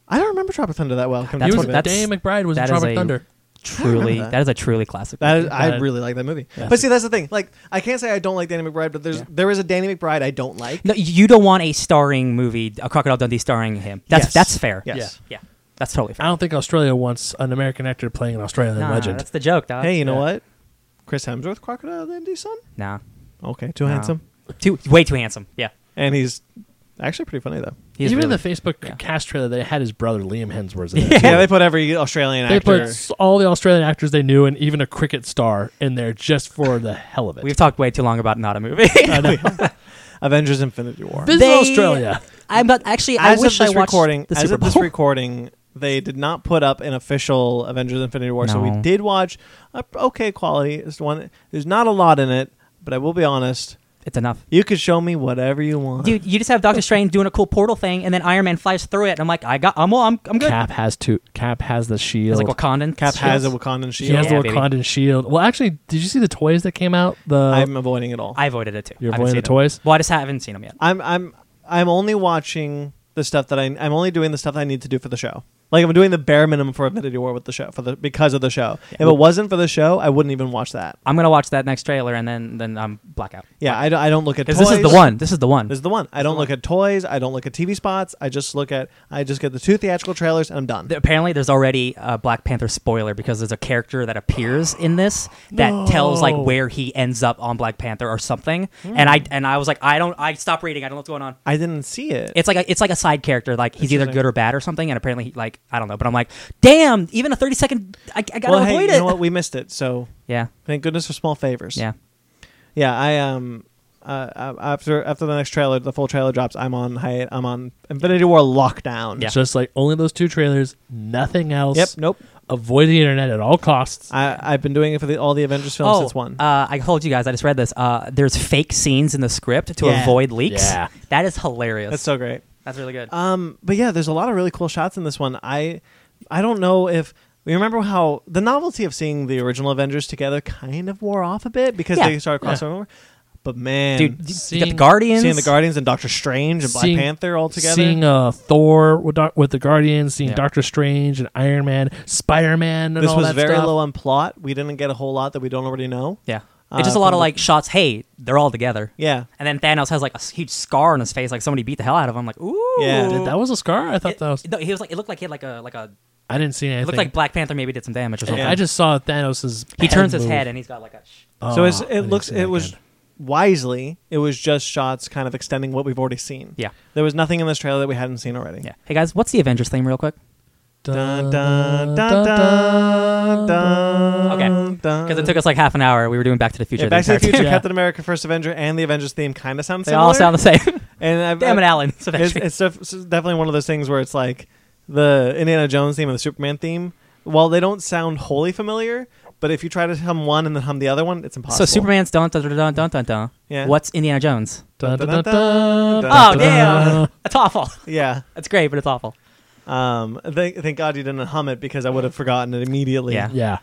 I don't remember Tropic Thunder that well. come to
That's
He
think
was,
what-
of it.
that's-
Danny McBride was in
that is
Tropic
a-
Thunder.
Truly,
that.
that is a truly classic.
That is, uh,
movie.
I
That-
really like that movie.
Yeah.
But see, that's the thing. Like, I can't say I don't like Danny McBride, but there's
Yeah.
there is a Danny McBride I don't like.
no, you don't want a starring movie, a Crocodile Dundee starring him. That's
Yes.
that's fair.
Yes.
Yeah, that's totally
I
fair.
don't think Australia wants an American actor playing an Australian
Nah,
legend.
That's the joke, dog.
Hey, you know
Yeah.
what? Chris Hemsworth, Crocodile Dundee son.
Nah,
Okay, too
nah.
handsome,
Too way too handsome. Yeah.
and he's actually pretty funny though.
He's
Even
really-
the Facebook
yeah.
cast trailer, they had his brother Liam Hemsworth in it.
Yeah, they put every Australian
They put
actor.
s- all the Australian actors they knew and even a cricket star in there just for the hell of it.
We've talked way too long about not a movie.
Avengers: Infinity War.
Visit
They-
Australia.
I'm not actually. I
as
wish
of
I
this
watched
recording,
the
as
Super
of this
Bowl.
recording, they did not put up an official Avengers: Infinity War. So we
No.
did watch a okay quality. It's one. There's not a lot in it, but I will be honest.
it's enough.
You could show me whatever you want.
Dude, you just have Doctor Strange doing a cool portal thing, and then Iron Man flies through it, and I'm like, I got, I'm, all- I'm, I'm good.
Cap has two. Cap has the
It's
shield.
like Wakandan.
Cap has a
shields.
Wakandan
She
shield.
has the
Yeah, baby.
Wakandan shield. Well, actually, did you see the toys that came out? The
I'm avoiding it all.
I avoided it too.
You're
I haven't
avoiding
seen
the
them.
toys?
Well, I just haven't seen them yet.
I'm I'm I'm only watching the stuff that I I'm only doing the stuff I need to do for the show. Like I'm doing the bare minimum for Infinity War with the show for the because of the show. If it wasn't for the show, I wouldn't even watch that.
I'm gonna watch that next trailer, and then then I'm blackout.
Yeah, I, don't- I don't look at
Because
toys.
this is the one. This is the one.
This is the one. I don't look at toys. I don't look at TV spots. I just look at I just get the two theatrical trailers and I'm done.
Th- Apparently, there's already a Black Panther spoiler because there's a character that appears in this that tells like
No.
where he ends up on Black Panther or something. And I and I was like, I don't. I stopped reading. I don't know what's going on.
I didn't see it.
It's like a, it's like a side character. Like he's either
Interesting.
good or bad or something. And apparently, he, like I don't know. But I'm like, damn. Even a 30 second, I, I gotta
well, hey,
avoid
you
it.
know what? We missed it. So
yeah,
thank goodness for small favors.
yeah.
Yeah, I um uh, uh, after after the next trailer, the full trailer drops. I'm on hi- I'm on Infinity War lockdown.
Yeah.
Just like only those two trailers, nothing else.
Yep. Nope.
Avoid the internet at all costs.
I I've been doing it for the, all the Avengers films since one.
Uh, I told you guys. I just read this. Uh, there's fake scenes in the script to
Yeah.
avoid leaks.
Yeah.
That is hilarious.
That's so great.
That's really good.
Um, but yeah, there's a lot of really cool shots in this one. I I don't know if we remember how the novelty of seeing the original Avengers together kind of wore off a bit because
Yeah.
they started crossing over. But man,
Dude, you got the
seeing-
Guardians.
seeing the Guardians and Doctor Strange and Black
Seeing-
Panther all together.
Seeing uh, Thor with, Doc- with the Guardians, seeing
Yeah.
Doctor Strange and Iron Man, Spider Man, and
this
all
was
that
very
stuff.
low on plot. We didn't get a whole lot that we don't already know.
Yeah.
Uh,
It's just a lot
from
of
the-
like shots. Hey, they're all together.
Yeah.
And then Thanos has like a s- huge scar on his face, like somebody beat the hell out of him. Like, ooh.
Yeah.
Dude, that was a scar. I thought
It,
that was.
no, he was like. It looked like he had like a like a.
I didn't see anything.
It looked like Black Panther maybe did some damage or something.
I just saw Thanos's.
he turns his
move.
head and he's got like a. Sh-
so it's,
Oh, I
it
didn't
looks
see that
it was
again.
wisely it was just shots kind of extending what we've already seen.
Yeah.
There was nothing in this trailer that we hadn't seen already.
yeah. Hey guys, what's the Avengers theme, real quick?
Dun, dun, dun, dun, dun,
Okay.
dun.
Because it took us like half an hour. We were doing Back to the Future.
Uh, Yeah, Back to the
entire
Future,
time.
Yeah.
Captain America, First Avenger, and the Avengers theme kind of sound
They
similar.
all sound the same.
and I've,
Damn it,
I've-
Alan. It's
It's,
Avengers.
it's def- it's definitely one of those things where it's like the Indiana Jones theme and the Superman theme. While they don't sound wholly familiar, but if you try to hum one and then hum the other one, it's
So
impossible.
Superman's dun dun dun dun dun dun. dun.
Yeah.
What's Indiana Jones?
Dun, dun,
Dun,
dun,
dun,
dun,
dun,
Oh
dun,
damn!
dun.
That's awful.
Yeah.
That's great, but it's awful.
Um. Thank, thank God you didn't hum it because I would have forgotten it immediately.
Yeah.
Yeah.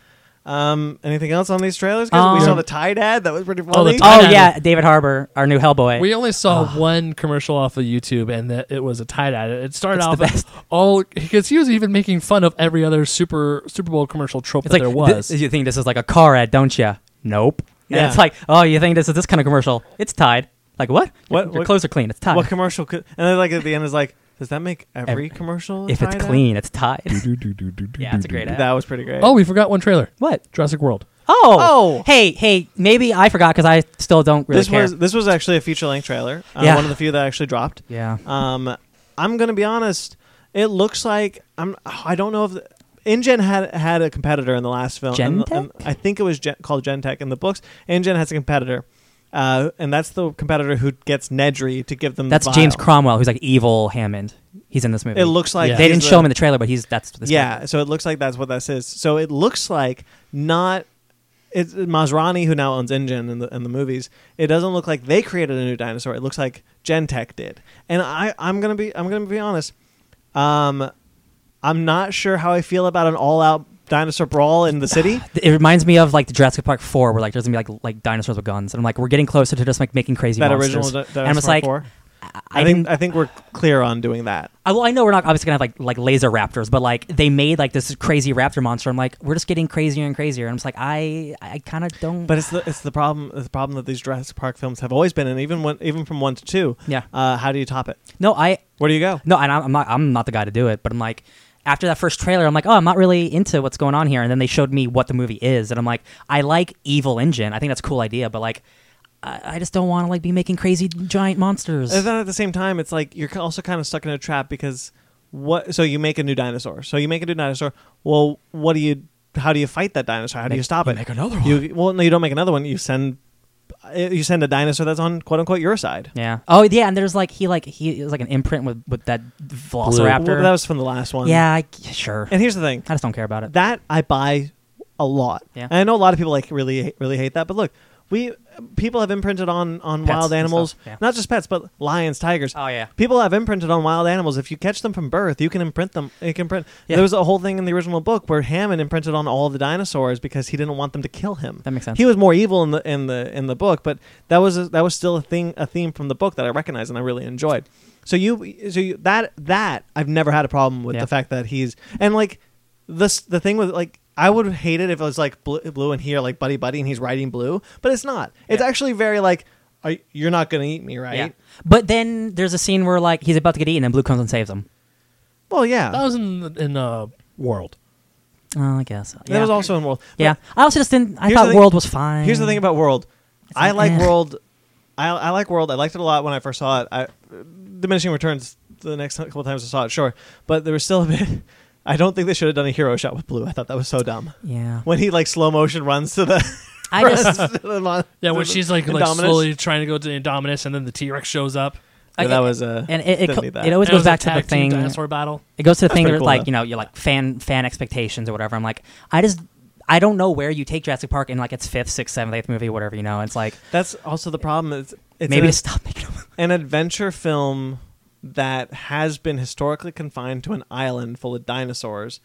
Um, anything else on these trailers? guys? we
Um,
saw the Tide ad. That was pretty funny.
Oh, the Tide-
Oh
Yeah.
yeah, David Harbour, our new Hellboy.
We only saw one commercial off of YouTube, and that it was a tie dye. It started
It's the
off
best.
all because he was even making fun of every other Super Super Bowl commercial trope
it's
that
like
there
th-
was.
you think this is like a car ad, don't you? Nope. And
Yeah.
it's like, oh, you think this is this kind of commercial? It's Tide. Like what?
What-
Your, your
what-
clothes are clean. It's Tide.
what commercial could? And then like at the end is like, does that make every,
Every-
commercial? a
if it's
Tide ad?
clean, it's Tide. yeah, it's a great ad.
that was pretty great.
oh, we forgot one trailer.
What?
Jurassic World.
Oh.
Oh.
Hey, hey. Maybe I forgot because I still don't really
this
care.
was this was actually a feature length trailer. Uh,
Yeah.
one of the few that actually dropped.
yeah.
Um, I'm gonna be honest. It looks like I'm. I don't know if the, InGen had had a competitor in the last film. and-
Genentech?
and I think it was Gen, called Gentech in the books. InGen has a competitor, uh, and that's the competitor who gets Nedry to give them.
That's
the vial.
James Cromwell, who's like evil Hammond. He's in this movie.
It looks like
Yeah.
they
he's
didn't
the-
show him in the trailer, but he's that's this
yeah, so it looks like that's what this is. So it looks like not it's Masrani who now owns InGen in the in the movies. It doesn't look like they created a new dinosaur. It looks like Gentech did. And I I'm gonna be I'm gonna be honest. Um, I'm not sure how I feel about an all out dinosaur brawl in the city.
guy. It reminds me of like the Jurassic Park Four, where like there's gonna be like like dinosaurs with guns, and I'm like, we're getting closer to just like making crazy
that
monsters.
original di-
And I'm
dinosaur
just like,
four.
I,
I,
didn't-
think I think we're clear on doing that.
I, well, I know we're not obviously gonna have like like laser raptors, but like they made like this crazy raptor monster. I'm like, we're just getting crazier and crazier. And I'm just like, I I kind of don't.
But it's the it's the problem it's the problem that these Jurassic Park films have always been, and even when even from one to two.
Yeah.
Uh, how do you top it?
no, I
Where do you go?
no, and I'm I'm not I'm not the guy to do it. But I'm like, after that first trailer, I'm like, oh, I'm not really into what's going on here. And then they showed me what the movie is, and I'm like, I like Evil Engine. I think that's a cool idea, but like. I I just don't want to like be making crazy giant monsters.
And then at the same time, it's like you're also kind of stuck in a trap because what? So you make a new dinosaur. So you make a new dinosaur. Well, what do you? How do you fight that dinosaur? How do
Make-
you stop
you
it?
make another one.
You, well, no, you don't make another one. You send uh, you send a dinosaur that's on quote unquote your side.
Yeah. Oh yeah, and there's like he like he it was like an imprint with with that Velociraptor.
Well, that was from the last one.
yeah, I, sure.
And here's the thing.
I just don't care about it.
that I buy a lot.
Yeah.
And I know a lot of people like really really hate that, but look, we people have imprinted on on
Pets
wild
and
animals,
stuff, yeah.
not just pets, but lions, tigers.
Oh, yeah.
People have imprinted on wild animals. If you catch them from birth, you can imprint them. You can print.
Yeah.
There was a whole thing in the original book where Hammond imprinted on all the dinosaurs because he didn't want them to kill him.
That makes sense.
He was more evil in the in the in the book, but that was a, that was still a thing a theme from the book that I recognized and I really enjoyed. So you so you, that that I've never had a problem with
Yeah.
the fact that he's and like this the thing with like I would hate it if it was like blue, blue in here like buddy buddy and he's riding blue, but it's not. It's
Yeah.
actually very like are, you're not gonna eat me, right?
Yeah. But then there's a scene where like he's about to get eaten, and Blue comes and saves him.
Well, yeah.
That was in in uh, World.
Oh, I guess. Yeah.
That was also in World.
yeah. I also just didn't. I
Here's the
thought
thing-
World was fine.
Here's the thing about World. I
like,
like
eh.
World. I, I like World. I liked it a lot when I first saw it. I, diminishing returns the next couple times I saw it, sure, but there was still a bit. I don't think they should have done a hero shot with Blue. I thought that was so dumb.
Yeah.
When he like slow motion runs to the.
I just.
to the mon-
Yeah,
to
when
the
she's like like
Indominus.
slowly trying to go to Indominus, and then the T Rex shows up.
Yeah,
I-
that was uh,
and it, it,
didn't
co-
need
it
that.
always
And it was
goes
a
back to the
tag team
thing.
dinosaur battle.
It goes to the thing
pretty
where
cool,
like
though.
you know you're like fan fan expectations or whatever. I'm like I just I don't know where you take Jurassic Park in like its fifth, sixth, seventh, eighth movie, whatever you know. It's like
That's also the problem. It's, it's an,
maybe just stop making them.
an adventure film that has been historically confined to an island full of dinosaurs.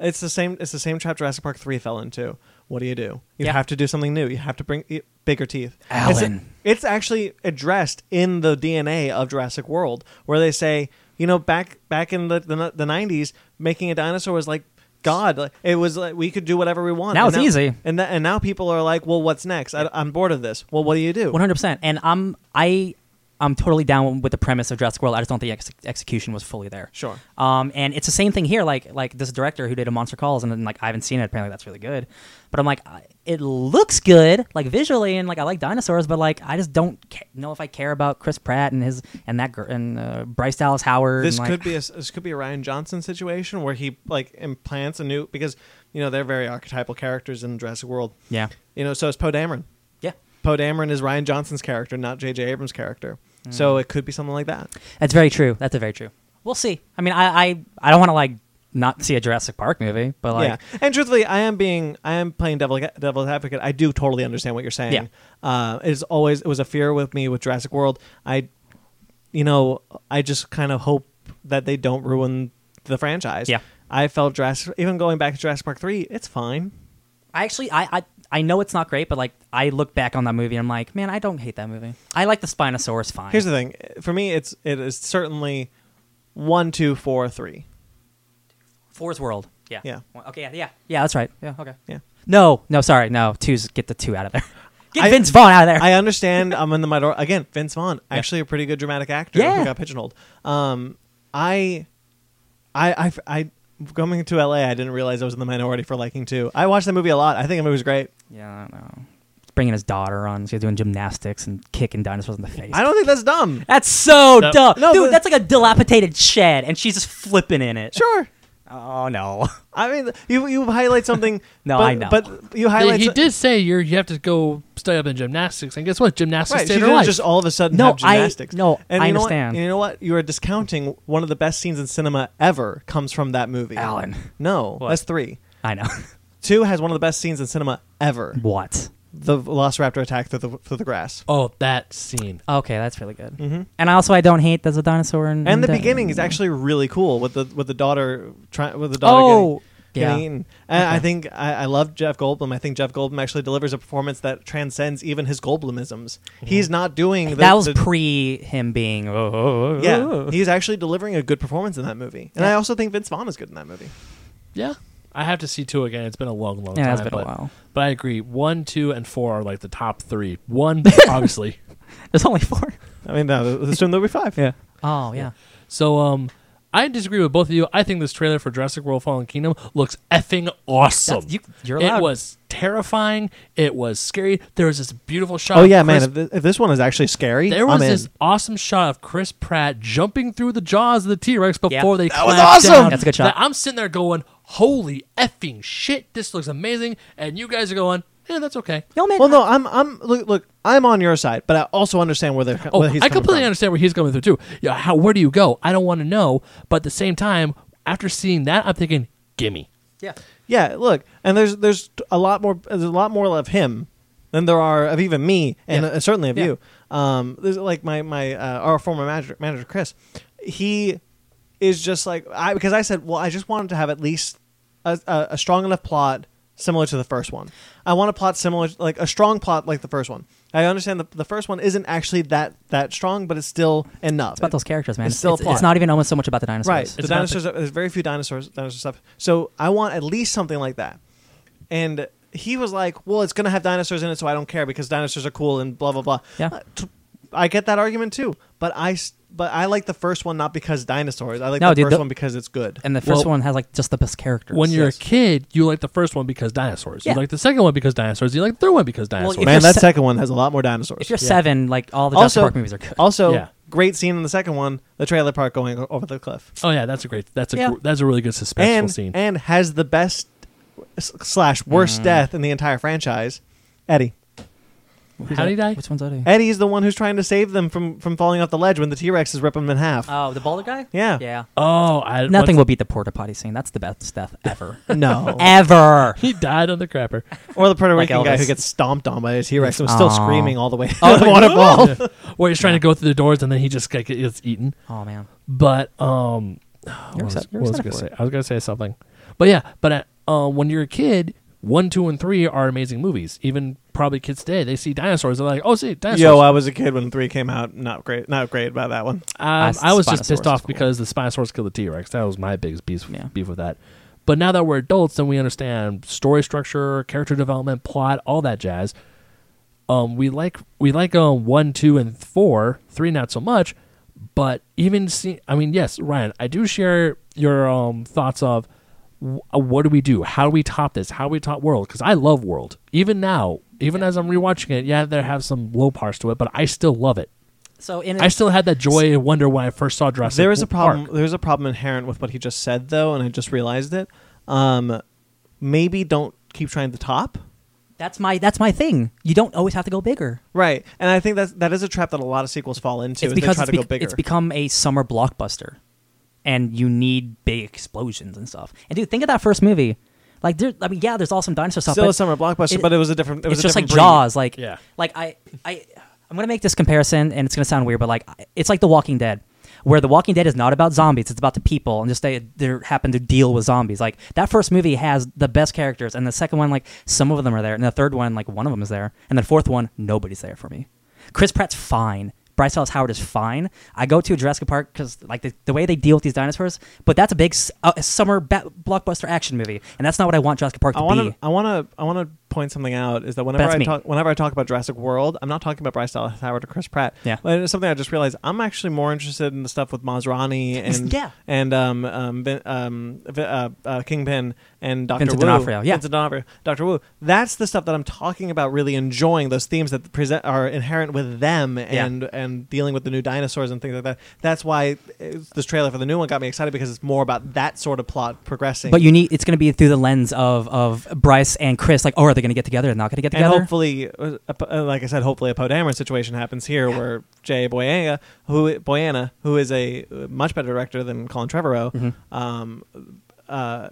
It's the same. It's the same trap Jurassic Park three fell into. What do you do? You
Yeah.
have to do something new. You have to bring e- bigger teeth.
Alan.
It's, it's actually addressed in the DNA of Jurassic World, where they say, you know, back back in the the, the 90s, making a dinosaur was like God. Like, it was like we could do whatever we want.
Now
And
it's easy.
And tha- and now people are like, well, what's next? I, I'm bored of this. Well, what do you do?
One hundred percent. And I'm I I'm totally down with the premise of Jurassic World. I just don't think the ex- execution was fully there.
Sure.
Um, and it's the same thing here. Like like this director who did a Monster Calls, and then like I haven't seen it. Apparently that's really good. But I'm like, I- it looks good, like visually, and like I like dinosaurs, but like I just don't ca- know if I care about Chris Pratt and his and that girl and uh, Bryce Dallas Howard.
this
and, like,
could be a this could be a Ryan Johnson situation where he like implants a new because you know they're very archetypal characters in Jurassic World.
yeah,
You know, so it's Poe Dameron.
yeah.
Poe Dameron is Ryan Johnson's character, not J.J. Abrams' character.
Mm.
So it could be something like that.
That's very true. That's a very true. We'll see. I mean, I I, I don't want to like not see a Jurassic Park movie, but like
yeah, and truthfully, I am being I am playing devil devil's advocate. I do totally understand what you're saying.
Yeah.
Uh, it's always it was a fear with me with Jurassic World. I, you know, I just kind of hope that they don't ruin the franchise.
Yeah.
I felt Jurassic even going back to Jurassic Park three, it's fine.
I actually I, I I know it's not great, but like I look back on that movie and I'm like, man, I don't hate that movie. I like the Spinosaurus fine.
Here's the thing. For me, it's it is certainly one, two, four, three.
Four's World. Yeah.
Yeah.
Well, Okay. Yeah. Yeah. Yeah. That's right. Yeah. Okay.
Yeah.
No. No. Sorry. No. Two's get the two out of there. Get
I-
Vince Vaughn out of there.
I understand. I'm in the minority again. Vince Vaughn, actually a pretty good dramatic actor
Yeah.
who got pigeonholed. Um, I, I, I, I, coming to LA, I didn't realize I was in the minority for liking too. I watched that movie a lot. I think the movie was great.
yeah. I don't know. He's bringing his daughter on. She's doing gymnastics and kicking dinosaurs in the face.
I don't think that's dumb.
That's so
No.
dumb,
No,
dude.
but-
that's like a dilapidated shed, and she's just flipping in it.
Sure.
Oh no.
I mean, you you highlight something.
No,
but,
I know.
But you
They-
highlight.
he
so-
did say you're you have to go study up in gymnastics, and guess what? Gymnastics
Right, she
saved her
didn't
life.
just all of a sudden
No,
have
I-
gymnastics.
no,
and
I
you know
understand.
What, you know what? You are discounting one of the best scenes in cinema ever comes from that movie.
Alan.
No,
What?
that's three.
I know.
Two has one of the best scenes in cinema ever.
what?
The Velociraptor attack through the through the grass.
oh, that scene.
Okay, that's really
Mm.
good.
Mm-hmm.
And also, I don't hate there's a dinosaur in.
And the
in
beginning is actually really cool with the with the daughter trying with the daughter
Oh,
getting, getting
yeah.
eaten. And I
Okay.
think I, I love Jeff Goldblum. I think Jeff Goldblum actually delivers a performance that transcends even his Goldblumisms.
Mm-hmm.
He's not doing the,
that was
the-
pre him being. Oh, oh, oh,
yeah.
oh."
He's actually delivering a good performance in that movie, and I also think Vince Vaughn is good in that movie.
Yeah, I have to see two again. It's been a long, long
Yeah,
time.
it's been a
but,
while.
But I agree. One, two, and four are like the top three. One, obviously.
There's only four.
I mean, no, th- assume there'll be five. Yeah.
Oh yeah.
So, um, I disagree with both of you. I think this trailer for Jurassic World: Fallen Kingdom looks effing awesome.
That's- you- you're
it
allowed.
was terrifying. It was scary. There was this beautiful shot.
Oh
of
yeah,
Chris
man! If, th- if this one is actually scary,
There was
I'm in.
this awesome shot of Chris Pratt jumping through the jaws of the T Rex before
Yeah.
they
was
collapsed
awesome!
down.
That's a good shot.
That I'm sitting there going, "Holy effing shit! This looks amazing!" And you guys are going, "Yeah, that's okay."
No man.
Well, no, I'm, I'm look, look, I'm on your side, but I also understand where they're.
Oh,
where he's
I
coming
completely
from.
understand where he's coming through too. Yeah, how? Where do you go? I don't want to know. But at the same time, after seeing that, I'm thinking, "Gimme."
Yeah.
Yeah, look, and there's there's a lot more there's a lot more of him than there are of even me, and
Yeah.
uh, certainly of
Yeah.
you. Um, there's like my my uh, our former manager, manager Chris, he is just like I because I said, well, I just wanted to have at least a, a, a strong enough plot similar to the first one. I want a plot similar, like a strong plot like the first one. I understand the, the first one isn't actually that that strong, but it's still enough.
It's about those characters, man.
It's still a plot.
not even almost so much about the dinosaurs.
Right. the dinosaurs. are- there's very few dinosaurs. Dinosaur stuff. So I want at least something like that. And he was like, "Well, it's gonna have dinosaurs in it, so I don't care because dinosaurs are cool and blah blah blah."
Yeah.
Uh, t- I get that argument too, but I s- but I like the first one not because dinosaurs. I like
No,
the
dude,
first
the-
one because it's good.
And the first
Well,
one has like just the best characters.
When you're
Yes.
a kid, you like the first one because dinosaurs.
Yeah.
You like the second one because dinosaurs. You like the third one because dinosaurs.
if
man,
you're
that
se-
second one has a lot more dinosaurs.
if you're seven, like all the Jurassic
also,
Park movies are good.
also
Yeah.
great scene in the second one, the trailer park going o- over the cliff,
Oh yeah, that's a great. That's a
Yeah.
gr- that's a really good suspenseful
and
scene.
and has the best s- slash
Mm.
worst death in the entire franchise, Eddie.
How did he die?
Which one's that?
Eddie's the one who's trying to save them from, from falling off the ledge when the T Rex is ripping them in half.
Oh, the boulder guy.
Yeah.
Yeah.
Oh, I,
Nothing
once-
will beat the porta potty scene. That's the best death ever.
no.
ever.
He died on the crapper.
or the Puerto
Like
Rican guy
Elvis.
who gets stomped on by a T Rex and was still
Aw. Oh,
screaming all the way out of the waterfall.
Where he's trying to go through the doors and then he just like, gets eaten.
Oh man.
But um,
You're
what
upset-
was,
you're
what was I
upset
gonna
for
say?
it.
I was gonna say something. But yeah, but uh, uh, when you're a kid, one, two, and three are amazing movies. Even probably kids today, they see dinosaurs. They're like, oh, see dinosaurs.
Yo, I was a kid when three came out. Not great. Not great about that one.
Um,
Ah,
I was
Spinosaurus
just
is
pissed off
cool.
because the Spinosaurus killed the T Rex. That was my biggest beef,
Yeah.
beef with that. But now that we're adults and we understand story structure, character development, plot, all that jazz, um, we like we like um one, two, and four, three not so much. But even see, I mean, yes, Ryan, I do share your um thoughts of wh- what do we do? How do we top this? How do we top World? Because I love World. Even now, even as I'm rewatching it, yeah, there have some low parts to it, but I still love it.
So in
I still had that joy and wonder when I first saw Jurassic.
There is a
Park.
problem. There is a problem inherent with what he just said, though, and I just realized it. Um, maybe don't keep trying to top.
that's my that's my thing. You don't always have to go bigger.
Right, and I think that's that is a trap that a lot of sequels fall into. is
it's
they
because
try
it's,
to go
bec-
bigger.
it's become a summer blockbuster, and you need big explosions and stuff. And dude, think of that first movie. Like, there, I mean, yeah, there's all some dinosaur stuff.
still
but
a summer blockbuster,
it-
but it was a different. It was
it's
a
just like
different breed.
Jaws. Like,
Yeah.
like I, I, I'm gonna make this comparison, and it's gonna sound weird, but like, it's like The Walking Dead. where The Walking Dead is not about zombies; it's about the people and just they they happen to deal with zombies. Like that first movie has the best characters, and the second one, like some of them are there, and the third one, like one of them is there, and the fourth one, nobody's there for me. Chris Pratt's fine. Bryce Dallas Howard is fine. I go to Jurassic Park because like the, the way they deal with these dinosaurs, but that's a big s- uh, summer ba- blockbuster action movie, and that's not what I want Jurassic Park
I
to
want
be.
to. I want to. I want to point something out is that whenever
That's
I
me.
talk, whenever I talk about Jurassic World, I'm not talking about Bryce Dallas Howard or Chris Pratt.
Yeah.
But it's something I just realized. I'm actually more interested in the stuff with Masrani and
yeah.
and um um Vin- um Vi- uh, uh, Kingpin and Doctor
Vincent
Wu.
D'Onofrio, yeah.
Vincent D'Onofrio, Doctor Wu. That's the stuff that I'm talking about. Really enjoying those themes that present are inherent with them and and dealing with the new dinosaurs and things like that. That's why uh, this trailer for the new one got me excited because it's more about that sort of plot progressing.
But you need it's going to be through the lens of of Bryce and Chris. Like, oh, are they going to get together? They're not going to get
And
together.
hopefully, uh, uh, like I said, hopefully a Poe Dameron situation happens here, where Jay Boyana, who Boyana, who is a uh, much better director than Colin Trevorrow,
Mm-hmm.
um, uh,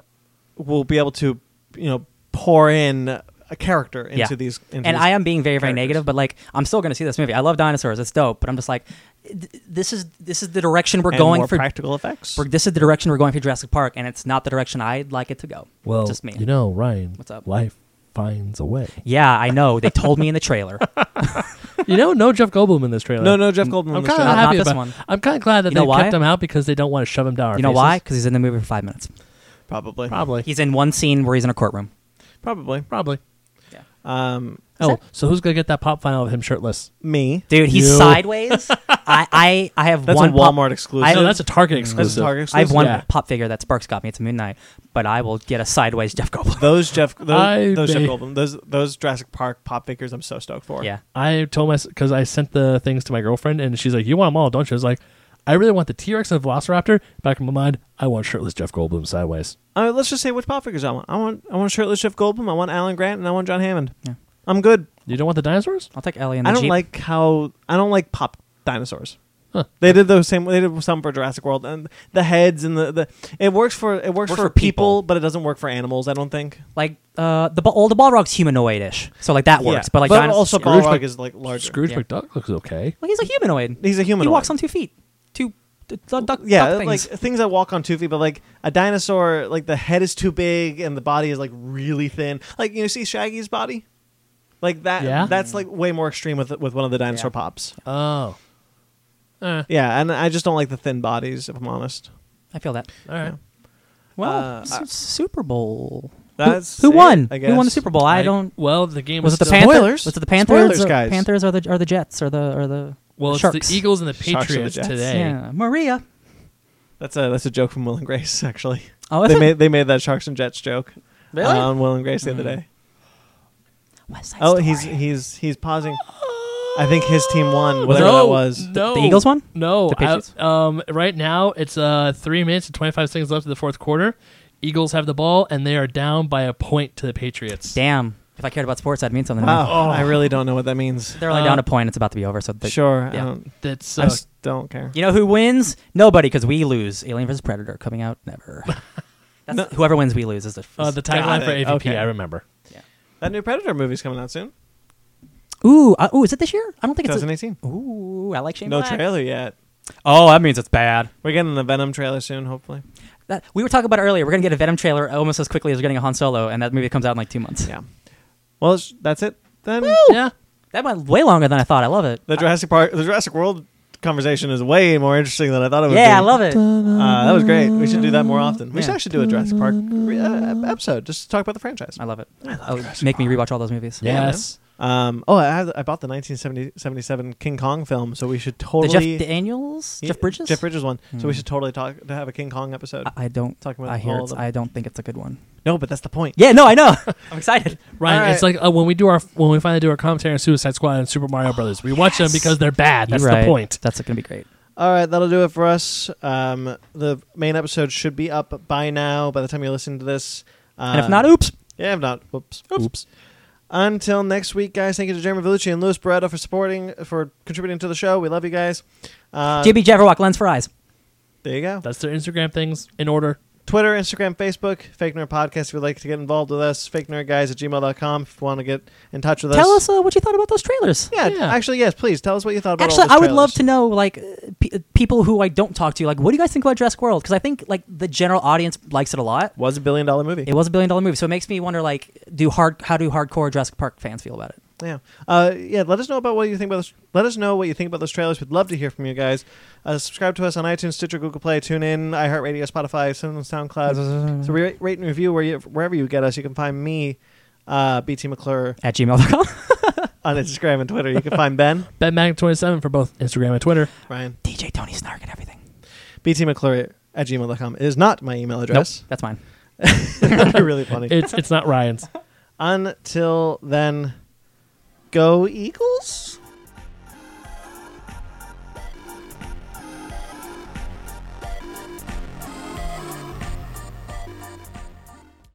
will be able to, you know, pour in a character into
Yeah.
these. Into
and
these-
I am being very very
characters.
negative, but like I'm still going to see this movie. I love dinosaurs; it's dope. But I'm just like, th- this is this is the direction we're
and
going
more
for.
practical effects.
we're- this is the direction we're going for Jurassic Park, and it's not the direction I'd like it to go.
Well,
just me.
you know, Ryan,
What's up?
life finds a way.
yeah, I know. They told me in the trailer.
you know, no Jeff Goldblum in this trailer.
no, no, Jeff Goldblum.
I'm
was
kind of
shot.
Not-
happy
not this
about.
one.
I'm kind of glad that
You know
they
why?
kept him out because they don't want to shove him down our
you know
faces.
why? Because he's in the movie for five minutes.
probably,
Probably.
He's in one scene where he's in a courtroom.
probably.
Probably.
Yeah.
Um,
Oh,
that-
so who's gonna get that pop final of him shirtless?
me.
Dude, he's
You.
sideways. I, I I have
That's
one
a
pop-
Walmart exclusive.
No, that's a Target exclusive.
That's a Target
I have
exclusive?
one
Yeah.
pop figure that Sparks got me. It's a Moon Knight, but I will get a sideways Jeff Goldblum.
Those Jeff, those,
I
those Jeff
may-
Goldblum, those those Jurassic Park pop figures. I'm so stoked for.
Yeah.
I told my because I sent the things to my girlfriend and she's like, "You want them all, don't you?" I was like, "I really want the T Rex and the Velociraptor." Back in my mind, I want shirtless Jeff Goldblum sideways.
Uh, let's just say which pop figures I want. I want I want shirtless Jeff Goldblum. I want Alan Grant, and I want John Hammond.
Yeah.
I'm good.
You don't want the dinosaurs?
I'll take Ellie in the
I don't
Jeep.
like how I don't like pop dinosaurs.
Huh.
They did those same. They did some for Jurassic World, and the heads and the, the it works for it works,
Works
for,
for
people,
people.
but it doesn't work for animals. I don't think.
like uh the ba- well, the Balrog's humanoid-ish, so like that works.
Yeah.
But like
but
dinos-
also
Scrooge
Balrog
Mc-
is like larger.
Scrooge
Yeah.
McDuck looks okay.
well, he's a humanoid.
He's a humanoid.
He walks on two feet. Two d- d- duck,
Yeah,
duck
like
things.
things that walk on two feet, but like a dinosaur, like the head is too big and the body is like really thin. Like you see Shaggy's body, like that.
Yeah.
that's like way more extreme with with one of the dinosaur
Yeah.
pops.
Oh, eh,
Yeah, and I just don't like the thin bodies, if I'm honest.
I feel that.
all right.
Well,
Uh,
Su-
I-
Super Bowl. Who-
That's
who,
it,
won?
I
Who won the
guess.
Super Bowl? I, don't.
Well, the game
Was
is
it the
still-
Pan-
Panthers?
Spoilers.
Was it the Panthers?
Spoilers,
or,
guys.
Panthers or the or the Jets or the or the
Well,
Sharks?
it's the Eagles and the
Sharks or the
Patriots
Jets?
today.
Yeah, Maria.
That's a that's a joke from Will and Grace, actually.
Oh, is
they
it?
made they made that Sharks and Jets joke
Really?
uh, on Will and Grace the other day.
West Side
Oh, he's
Story.
he's he's pausing.
Oh.
I think his team won, whatever
no,
that was.
No.
The Eagles won?
No.
The Patriots?
I- um, right now, it's uh, three minutes and 25 seconds left of the fourth quarter. Eagles have the ball, and they are down by a point to the Patriots.
Damn. If I cared about sports, I'd mean something.
Wow, I really don't know what that means.
Oh. They're only
Uh,
down a point. It's about to be over. So they-
sure, I
yeah.
don't.
That's
I
uh,
just don't care.
You know who wins? Nobody, because we lose. Alien vs Predator coming out never. That's, Whoever wins, we lose. Is the
uh, the
Got
tagline for
it.
AVP.
Okay.
I remember.
That new Predator movie's coming out soon,
ooh uh, ooh is it this year? I don't think it's.
2018.
ooh, I like Shane.
No
Black.
trailer yet.
Oh, that means it's bad.
We're getting the Venom trailer soon, hopefully.
That, we were talking about it earlier. We're gonna get a Venom trailer almost as quickly as we're getting a Han Solo, and that movie comes out in like two months.
Yeah. Well, sh- that's it then.
Yeah.
That went way longer than I thought. I love it.
The Jurassic Park, the Jurassic World conversation is way more interesting than I thought it would be.
yeah, I love it.
Uh, that was great. We should do that more often. We
Yeah.
should actually do a Jurassic Park uh, episode just to talk about the franchise.
I love it. Oh, make me rewatch all those movies.
Yes.
Um, oh, I, have, I bought the 1977 King Kong film, so we should
The Jeff
totally
Daniels,
Yeah,
Jeff Bridges. Hmm.
Jeff Bridges one. So we should totally talk to have a King Kong episode.
I, I don't.
Talking about
I hear.
all
It's,
of them.
I don't think it's a good one.
no, but that's the point.
Yeah, no, I know. I'm excited.
Ryan,
All
it's like uh, when we do our when we finally do our commentary on Suicide Squad and Super Mario Brothers. We watch them because they're bad. That's
You're
the
right.
point.
That's gonna be great.
All right, that'll do it for us. Um, the main episode should be up by now. By the time you listen to this, uh,
and if not, oops.
yeah, if not, whoops.
Oops.
Until next week, guys. Thank you to Jeremy Vellucci and Luis Barreto for supporting, for contributing to the show. We love you guys. Uh,
JB Jabberwock lens for eyes.
there you go.
That's their Instagram things in order.
Twitter, Instagram, Facebook, Fake Nerd Podcast. If you'd like to get involved with us, fake nerd guys at gmail.com. If you want to get in touch with
Tell us uh, what you thought about those trailers.
Yeah,
Yeah.
actually, yes, please. Tell us what you thought about all
Actually,
those
I would
trailers.
love to know like uh, pe- people who I don't talk to. Like, what do you guys think about Jurassic World? Because I think like the general audience likes it a lot.
Was a billion dollar movie.
It was a billion dollar movie, so it makes me wonder like, do hard how do hardcore Jurassic Park fans feel about it?
Yeah. Uh, yeah. Let us know about what you think about. This. Let us know what you think about those trailers. We'd love to hear from you guys. Uh, subscribe to us on iTunes, Stitcher, Google Play, TuneIn, iHeartRadio, Spotify, Sound- SoundCloud. so re- rate and review where you, wherever you get us. You can find me, uh, BT McClure,
At gmail.com.
on Instagram and Twitter. You can find Ben,
Ben Mag twenty seven for both Instagram and Twitter.
Ryan,
DJ Tony Snark and everything.
BT McClure at gmail.com is not my email address.
That's mine.
That'd be really funny.
It's it's not Ryan's.
Until then, go Eagles.